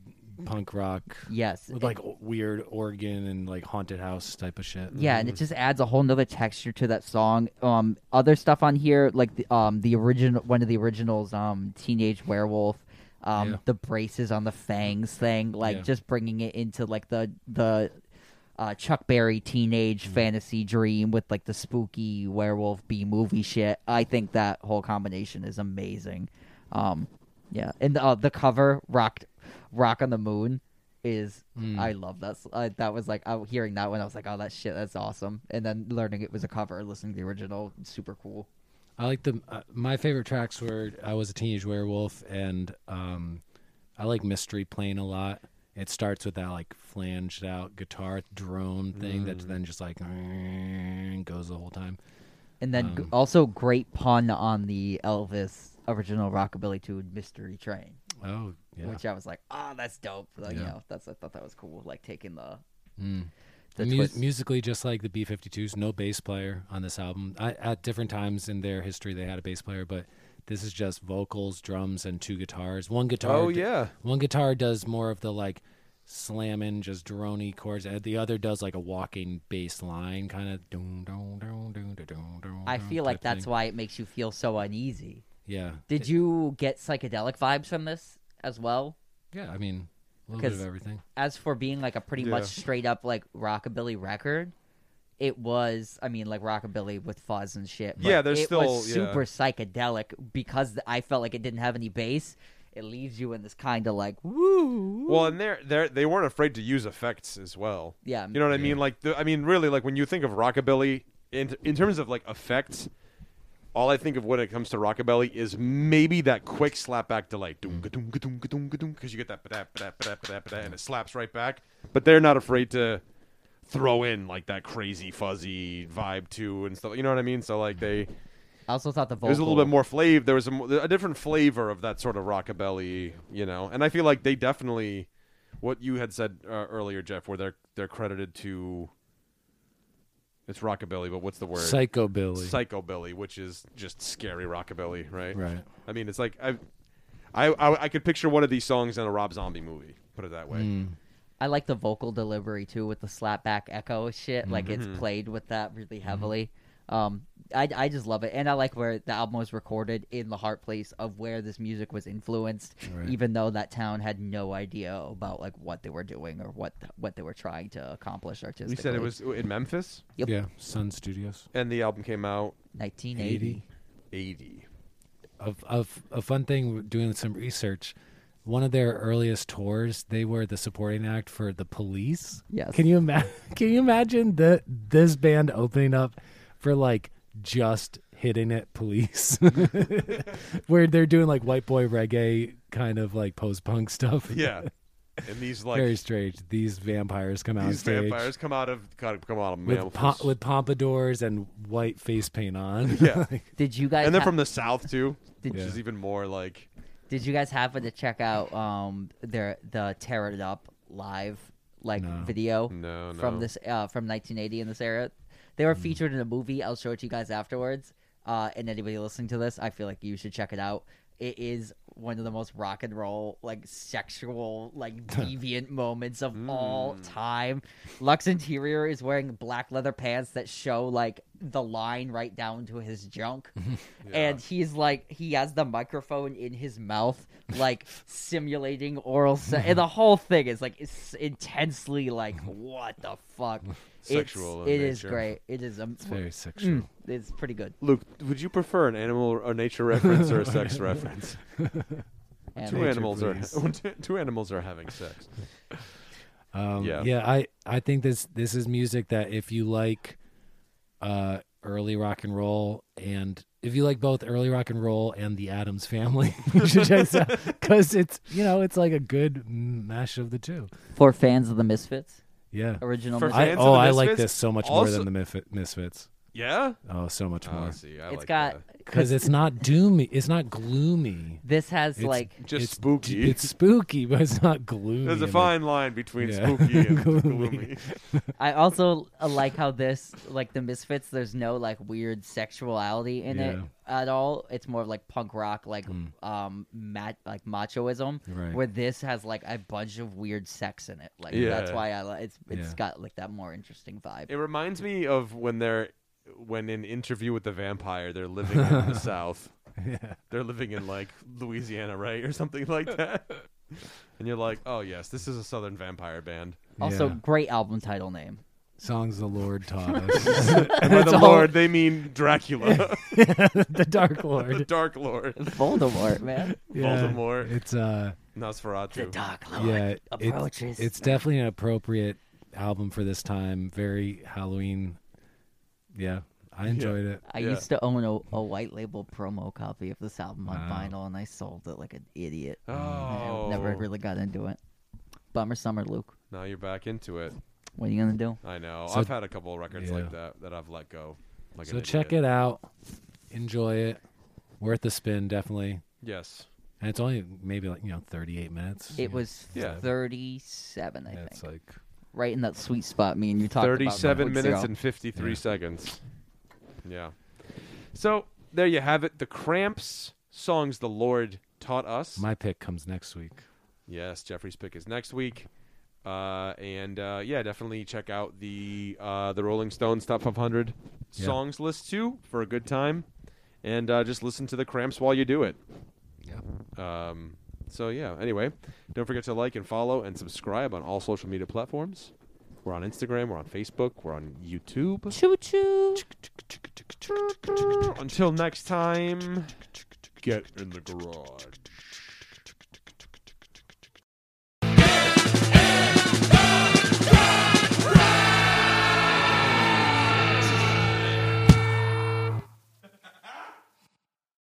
S3: punk rock
S4: yes
S3: with
S4: it-
S3: like o- weird organ and like haunted house type of shit.
S4: Yeah, and it just adds a whole nother texture to that song. Um, other stuff on here, like the um the original one of the originals, um, Teenage Werewolf, um,
S3: Yeah.
S4: the braces on the fangs thing, like
S3: Yeah.
S4: just bringing it into like the the uh, Chuck Berry teenage fantasy dream with like the spooky werewolf B movie shit. I think that whole combination is amazing. Um, yeah, and the, uh, the cover rocked rock on the moon is I love that. s- I that was like I hearing that one. I was like, oh, that shit, that's awesome. And then learning it was a cover, listening to the original, super cool.
S3: I like the uh, my favorite tracks were I was a teenage werewolf and um, I like Mystery Plane a lot. It starts with that like flanged out guitar drone thing
S4: Mm.
S3: that then just like goes the whole time.
S4: And then g- also great pun on the Elvis original rockabilly tune, Mystery Train,
S3: Oh yeah,
S4: which I was like, oh, that's dope. Like, You
S3: Yeah.
S4: know, that's I thought that was cool. Like taking the
S3: Mm.
S4: the
S3: Mu-
S4: twist.
S3: musically just like the b-52s no bass player on this album I, at different times in their history they had a bass player but this is just vocals drums and two guitars one guitar
S2: Oh,
S3: d-
S2: yeah.
S3: one guitar does more of the like slamming just drony chords and the other does like a walking bass line kind of doom doom doom doom doom doom doom
S2: uh,
S4: I feel like that's why it makes you feel so uneasy.
S3: yeah
S4: Did you get psychedelic vibes from this as well?
S3: yeah i mean a little bit of
S4: Because-
S3: everything
S4: as for being like a pretty
S2: Yeah.
S4: much straight up like rockabilly record, it was I mean like rockabilly with fuzz and shit. but
S2: Yeah, there's
S4: it
S2: still-
S4: was
S2: yeah.
S4: super psychedelic because th- I felt like it didn't have any bass. It leaves you in this kind of like woo.
S2: well, and they're they they weren't afraid to use effects as well.
S4: Yeah,
S2: you know what I mean. Like, the, I mean, really, like when you think of rockabilly in in terms of like effects. All I think of when it comes to rockabilly is maybe that quick slap back delay, because you get that ba-da, ba-da, ba-da, ba-da, ba-da, and it slaps right back. But they're not afraid to throw in like that crazy fuzzy vibe too and stuff. You know what I mean? So like they,
S4: I also thought the vocal
S2: There's a little bit more flavor. There was a, mo- a different flavor of that sort of rockabilly, you know. And I feel like they definitely, what you had said uh, earlier, Jeff, where they're they're credited to. It's rockabilly, but what's the word?
S3: psychobilly
S2: Psychobilly, which is just scary rockabilly, right?
S3: Right.
S2: I mean, it's like I, I, I, I could picture one of these songs in a Rob Zombie movie. Put it that way.
S4: I like the vocal delivery too with the slapback echo shit. Like it's
S2: Mm-hmm.
S4: played with that really heavily. Um, I, I just love it, and I like where the album was recorded in the heart place of where this music was influenced,
S3: Right.
S4: even though that town had no idea about like what they were doing or what what they were trying to accomplish artistically.
S2: You said it was in Memphis,
S4: Yep.
S3: yeah sun studios
S2: and the album came out
S4: 1980.
S2: eighty.
S3: of of a fun thing doing some research. One of their earliest tours, they were the supporting act for the Police.
S4: Yes.
S3: Can you imagine? Can you imagine that this band opening up for like just hitting it Police, where they're doing like white boy reggae kind of like post punk stuff?
S2: Yeah, and these like
S3: Very strange. These vampires come out on
S2: These
S3: stage
S2: vampires come out of come out of
S3: with pom-
S2: mammals.
S3: with pompadours and white face paint on.
S2: yeah,
S4: Did you guys
S2: and they're
S4: ha-
S2: from the south too, which
S3: Yeah.
S2: is even more like
S4: Did you guys happen to check out um their the tear it up live like
S3: No.
S4: video
S2: No,
S4: from
S2: no.
S4: this uh, from 1980 in this era? They were featured in a movie. I'll show it to you guys afterwards. Uh, and anybody listening to this, I feel like you should check it out. it is one of the most rock and roll, like sexual, like deviant moments of
S2: Hmm.
S4: all time. Lux Interior is wearing black leather pants that show like the line right down to his junk. And he's like, he has the microphone in his mouth, like simulating oral sex. And the whole thing is like, it's intensely like, what the fuck?
S2: Sexual
S4: It's,
S2: in
S4: it is
S2: nature.
S4: great. It is um,
S3: It's very sexual.
S4: it's pretty good.
S2: Luke, would you prefer an animal or nature reference or a sex reference?
S4: And
S2: Two
S3: Nature,
S2: animals are
S3: please.
S2: two animals are having sex.
S3: Um,
S2: Yeah.
S3: yeah. I I think this this is music that if you like uh, early rock and roll and if you like both early rock and roll and the Adams Family, you should check this out because it's you know it's like a good mash of the two.
S4: For fans of the Misfits,
S3: Yeah.
S4: original
S2: For
S4: Misfits.
S3: I,
S2: fans of
S3: oh,
S2: the
S3: I like
S2: Misfits,
S3: this so much more
S2: also-
S3: than the Mif- Misfits.
S2: Yeah.
S3: Oh, so much
S2: Oh,
S3: more.
S2: see, I
S4: Uh, It's
S2: like
S4: got
S2: that.
S3: Because it's not doomy. It's not gloomy.
S4: this has
S3: It's-
S4: like
S2: just
S3: it's,
S2: spooky.
S3: It's spooky, but it's not gloomy.
S2: There's a
S3: and
S2: fine line between
S3: Yeah.
S2: spooky and
S3: Gloomy.
S2: gloomy.
S4: I also uh, like how this like the Misfits. There's no like weird sexuality in it
S3: Yeah. Mm.
S4: at all. It's more of like punk rock, like um mat like machoism.
S3: Right.
S4: Where this has like a bunch of weird sex in it. Like that's
S2: Yeah.
S4: why I like it's It's
S3: Yeah.
S4: got like that more interesting vibe.
S2: It reminds me of when they're when in Interview with the Vampire, they're living in the South.
S3: Yeah.
S2: They're living in like Louisiana, right, or something like that. And you're like, oh yes, this is a Southern vampire band.
S4: also,
S3: Yeah.
S4: great album title name.
S3: songs the Lord taught us.
S2: And by the
S3: all-
S2: Lord, they mean Dracula,
S3: the Dark
S2: the
S3: Lord.
S2: Dark Lord,
S4: Voldemort, man.
S2: Voldemort.
S3: It's uh
S4: The
S2: Nosferatu.
S4: Dark Lord
S3: yeah,
S4: approaches.
S3: It's, it's definitely an appropriate album for this time. Very Halloween. Yeah, I enjoyed it.
S4: I
S2: Yeah.
S4: used to own a, a white label promo copy of this album on
S3: Wow.
S4: vinyl, and I sold it like an idiot.
S2: Oh,
S4: I never really got into it. Bummer summer, Luke.
S2: Now you're back into it.
S4: What are you gonna do?
S2: I know.
S3: So-
S2: I've had a couple of records
S3: Yeah.
S2: like that that I've let go. Like
S3: so check it out, enjoy it. Worth a spin, definitely.
S2: Yes.
S3: And it's only maybe like you know thirty eight minutes.
S4: It was
S2: Yeah.
S4: thirty-seven, I
S3: Yeah,
S4: think,
S3: it's like
S4: right in that sweet spot. Me and you talked about a couple
S2: 37
S4: weeks
S2: minutes
S4: ago.
S2: and 53
S3: Yeah.
S2: seconds. Yeah. So there you have it. The Cramps songs the Lord taught us.
S3: my pick comes next week.
S2: yes, Jeffrey's pick is next week. Uh, and uh, yeah, definitely check out the uh, the Rolling Stones Top 500
S3: Yeah.
S2: songs list too for a good time, and uh, just listen to the Cramps while you do it.
S3: Yeah.
S2: Um, so yeah. Anyway, don't forget to like and follow and subscribe on all social media platforms. We're on Instagram. We're on Facebook. We're on YouTube. Choo choo. Until next time, get in the garage.